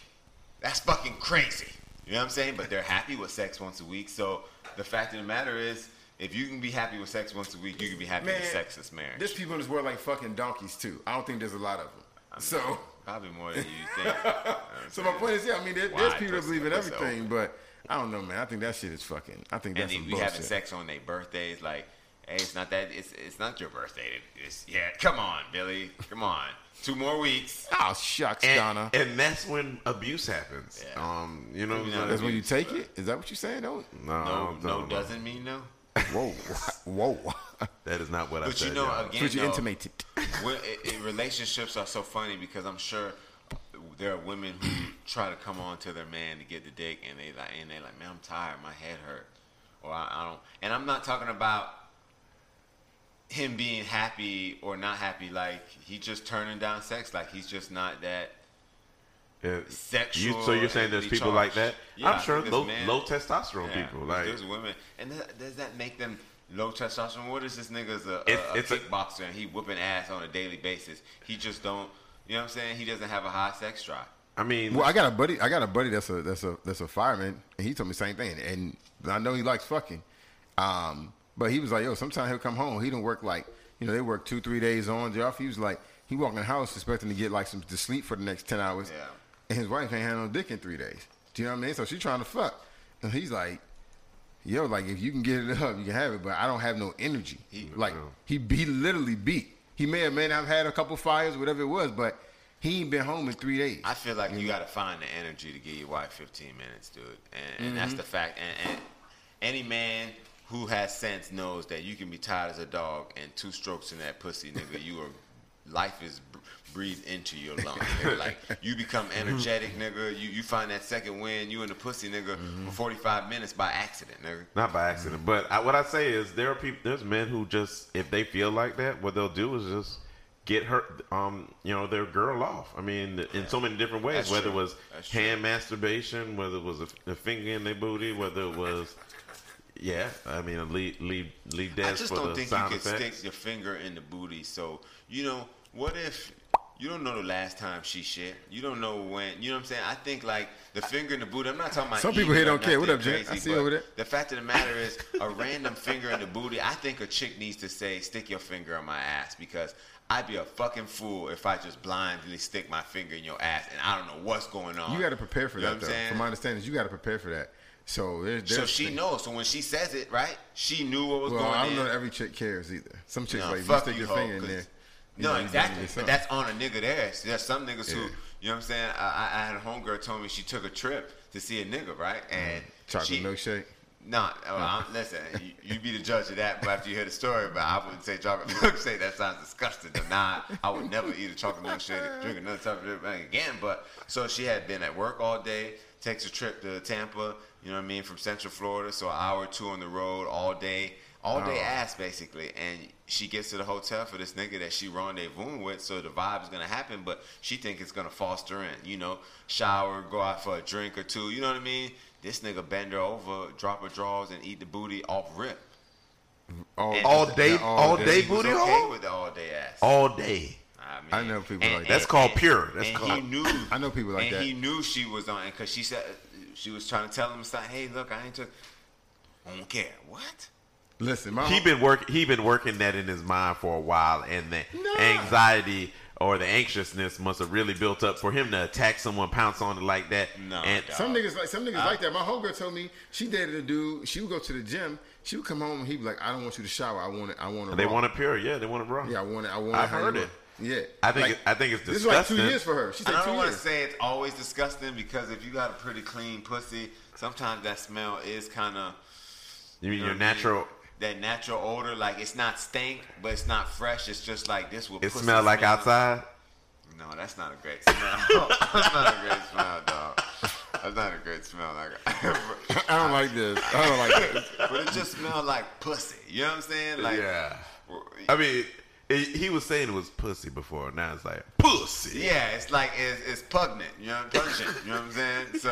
That's fucking crazy. You know what I'm saying? But they're happy with sex once a week. So the fact of the matter is, if you can be happy with sex once a week, you can be happy Man, with sexless marriage. There's people in this world like fucking donkeys too. I don't think there's a lot of them. so Probably more than you think. You know what I'm So my saying? point is, yeah, I mean, there, there's Wide people that believe in perspective, everything, but I don't know, man. I think that shit is fucking. I think and that's they some be bullshit. having sex on their birthdays. Like, hey, it's not that. It's it's not your birthday. It's, yeah, come on, Billy. Come on. Two more weeks. Oh shucks, Donna. And, and that's when abuse happens. Yeah. Um, you know, Maybe what I'm not that's saying? when you abuse, take but- it. Is that what you're saying? Though? no, No, no, I'm talking about- Um, doesn't mean no. Whoa, whoa. That is not what I But said. you know, y'all. That's again, what you though, intimated. when- i- i- relationships are so funny because I'm sure there are women who try to come on to their man to get the dick, and they like, and they like, man, I'm tired, my head hurt, or I, I don't. And I'm not talking about him being happy or not happy. Like he just turning down sex. Like he's just not that. Yeah. sexual You, so you're saying there's and people like that? recharged. Yeah, I I'm sure think low, this man- low testosterone Yeah, people like. there's women, and that, does that make them low testosterone? What is this nigga's a, a, It's- a it's a- kickboxer and he whipping ass on a daily basis? He just don't, you know what I'm saying? He doesn't have a high sex drive. I mean, Well, I got a buddy. I got a buddy that's a that's a that's a fireman, and he told me the same thing. And I know he likes fucking, um, but he was like, "Yo, sometimes he'll come home. He don't work like you know they work two three days on day off." He was like, he walk in the house expecting to get like some to sleep for the next ten hours, Yeah. and his wife ain't had no dick in three days. Do you know what I mean? So she's trying to fuck, and he's like, "Yo, like if you can get it up, you can have it, but I don't have no energy." like he be literally beat. He may or may not have had a couple fires, whatever it was, but. He ain't been home in three days. I feel like you got to find the energy to give your wife 15 minutes, dude, and, and that's the fact. And, and any man who has sense knows that you can be tired as a dog and two strokes in that pussy, nigga. You are life is br- breathed into your lungs. nigga. Like you become energetic, nigga. You you find that second wind. You in the pussy, nigga, for 45 minutes by accident, nigga. not by accident, but I, what I say is there are people, there's men who just if they feel like that, what they'll do is just get her, um, you know, their girl off. I mean, in so many different ways, That's whether true. it was That's true. hand masturbation, whether it was a, a finger in their booty, whether it was, yeah, I mean, a lead lead lead I dance just for don't the think you sound can effects. stick your finger in the booty. So you know, what if you don't know the last time she shit? You don't know when. You know what I'm saying? I think like the finger in the booty. I'm not talking about Some people eating here or don't care. What nothing up, Jen? I crazy, see you but over there. The fact of the matter is, a random finger in the booty. I think a chick needs to say, "Stick your finger in my ass," because. I'd be a fucking fool if I just blindly stick my finger in your ass and I don't know what's going on. You got to prepare for You know that, what though. I'm saying? From my understanding, you got to prepare for that. So there's, there's so she knows. So when she says it, right? She knew what was Well, going on. I don't know that every chick cares either. Some chicks No, like if you fuck stick you, your hoe, finger in 'cause- there. you No, know, he's gonna exactly. get But something. that's on a nigga there. So there's some niggas who, Yeah. you know what I'm saying? I, I, I had a homegirl told me she took a trip to see a nigga, right? And Mm-hmm. chocolate Oh. she, milkshake. Nah, well, I'm, listen, you, you be the judge of that but after you hear the story, but I wouldn't say chocolate milkshake. That sounds disgusting. To nah, I would never eat a chocolate milkshake, drink another type of thing again. But so she had been at work all day, takes a trip to Tampa, you know what I mean, from Central Florida. So an hour or two on the road all day, all day Oh. ass basically. And she gets to the hotel for this nigga that she rendezvousing with. So the vibe is going to happen, but she think it's going to foster in, you know, shower, go out for a drink or two, you know what I mean? This nigga bend her over, drop her drawers, and eat the booty off rip. All, all day- yeah, all day He was booty okay hole? with the all day ass. all day. I, mean, I know people like that. That's called pure. and That's he called- knew. I know people like and that. he knew she was on because she said she was trying to tell him something. Hey, look, I ain't took. I don't care. What? Listen, my He been work. He been working that in his mind for a while, and the Nah. anxiety or the anxiousness must have really built up for him to attack someone, pounce on it like that. No, and dog. Some niggas like some niggas like that. My whole girl told me she dated a dude. She would go to the gym. She would come home and he'd be like, "I don't want you to shower. I want it. I want it. they raw." want it pure. Yeah, they want it raw. Yeah, I want it. I want it. I've how you heard want it. Yeah, I think Like, it- I think it's this is disgusting. like two years for her. She said I two don't want years. to say it's always disgusting because if you got a pretty clean pussy, sometimes that smell is kind of You mean your natural? That natural odor, like it's not stank, but it's not fresh. It's just like this. Will It pussy smell like smell. outside. No, that's not a great smell. that's not a great smell, dog. That's not a great smell. Like, I don't like this. I don't like this. but it just smelled like pussy. You know what I'm saying? Like, yeah. I mean, it, he was saying it was pussy before. Now it's like pussy. Yeah, it's like it's, it's pugnant, you know, pungent. you know what I'm saying? So,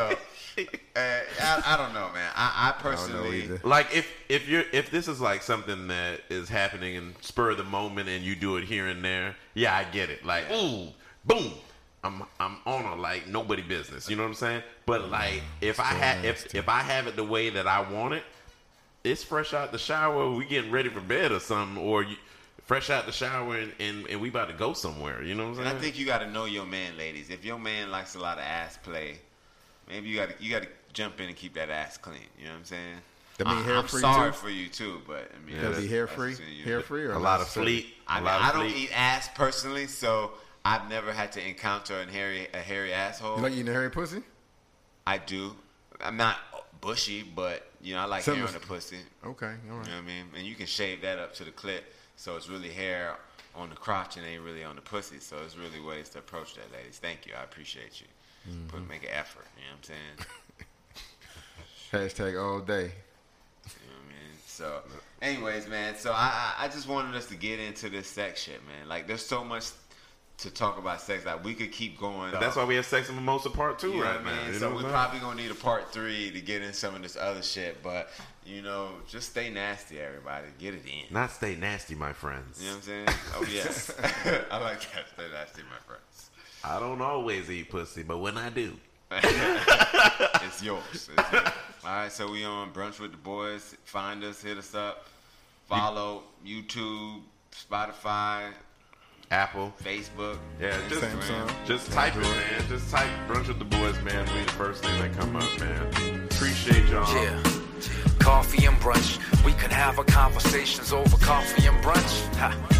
uh, I, I don't know, man. I, I personally, either. Like if if you're if this is like something that is happening in spur of the moment and you do it here and there, yeah, I get it. Like ooh, boom, I'm I'm on her like nobody business. You know what I'm saying? Mm, But like if I had if if I have it the way that I want it, it's fresh out the shower. We getting ready for bed or something, or you, fresh out the shower and, and and we about to go somewhere. You know what and I'm saying? I think you got to know your man, ladies. If your man likes a lot of ass play, maybe you got to you got to jump in and keep that ass clean. You know what I'm saying? That mean I, hair I'm free, sorry too? for you too, but I mean, Gotta that's- be hair that's free, between you. hair free, or a lot of necessary? fleet. I a mean, lot I of don't fleet. eat ass personally, so I've never had to encounter an hairy a hairy asshole. You like eating a hairy pussy? I do. I'm not bushy, but you know, I like hair Some- on the pussy. Okay, all right. You know what I mean? And you can shave that up to the clit, so it's really hair on the crotch and ain't really on the pussy. So it's really ways to approach that, ladies. Thank you. I appreciate you. Put make an effort. You know what I'm saying? Hashtag all day. You know what I mean? So, anyways, man. So I, I I just wanted us to get into this sex shit, man. Like, there's so much to talk about sex. Like, we could keep going. That's why we have sex and mimosa part two You know right what I now. mean? You So we know what I'm probably gonna need a part three to get in some of this other shit, but you know, just stay nasty, everybody. Get it in. not stay nasty, my friends. You know what I'm saying? Oh yes, I like that. Stay nasty, my friends. I don't always eat pussy, but when I do, It's yours. It's yours. All right, so we on brunch with the boys. Find us, hit us up, follow YouTube, Spotify, Apple. Facebook, Yeah, just, Samsung. just type it, man. Just type brunch with the boys, man. We the first thing that come up, man. Appreciate y'all. Yeah. Coffee and brunch. We can have our conversations over coffee and brunch. Ha.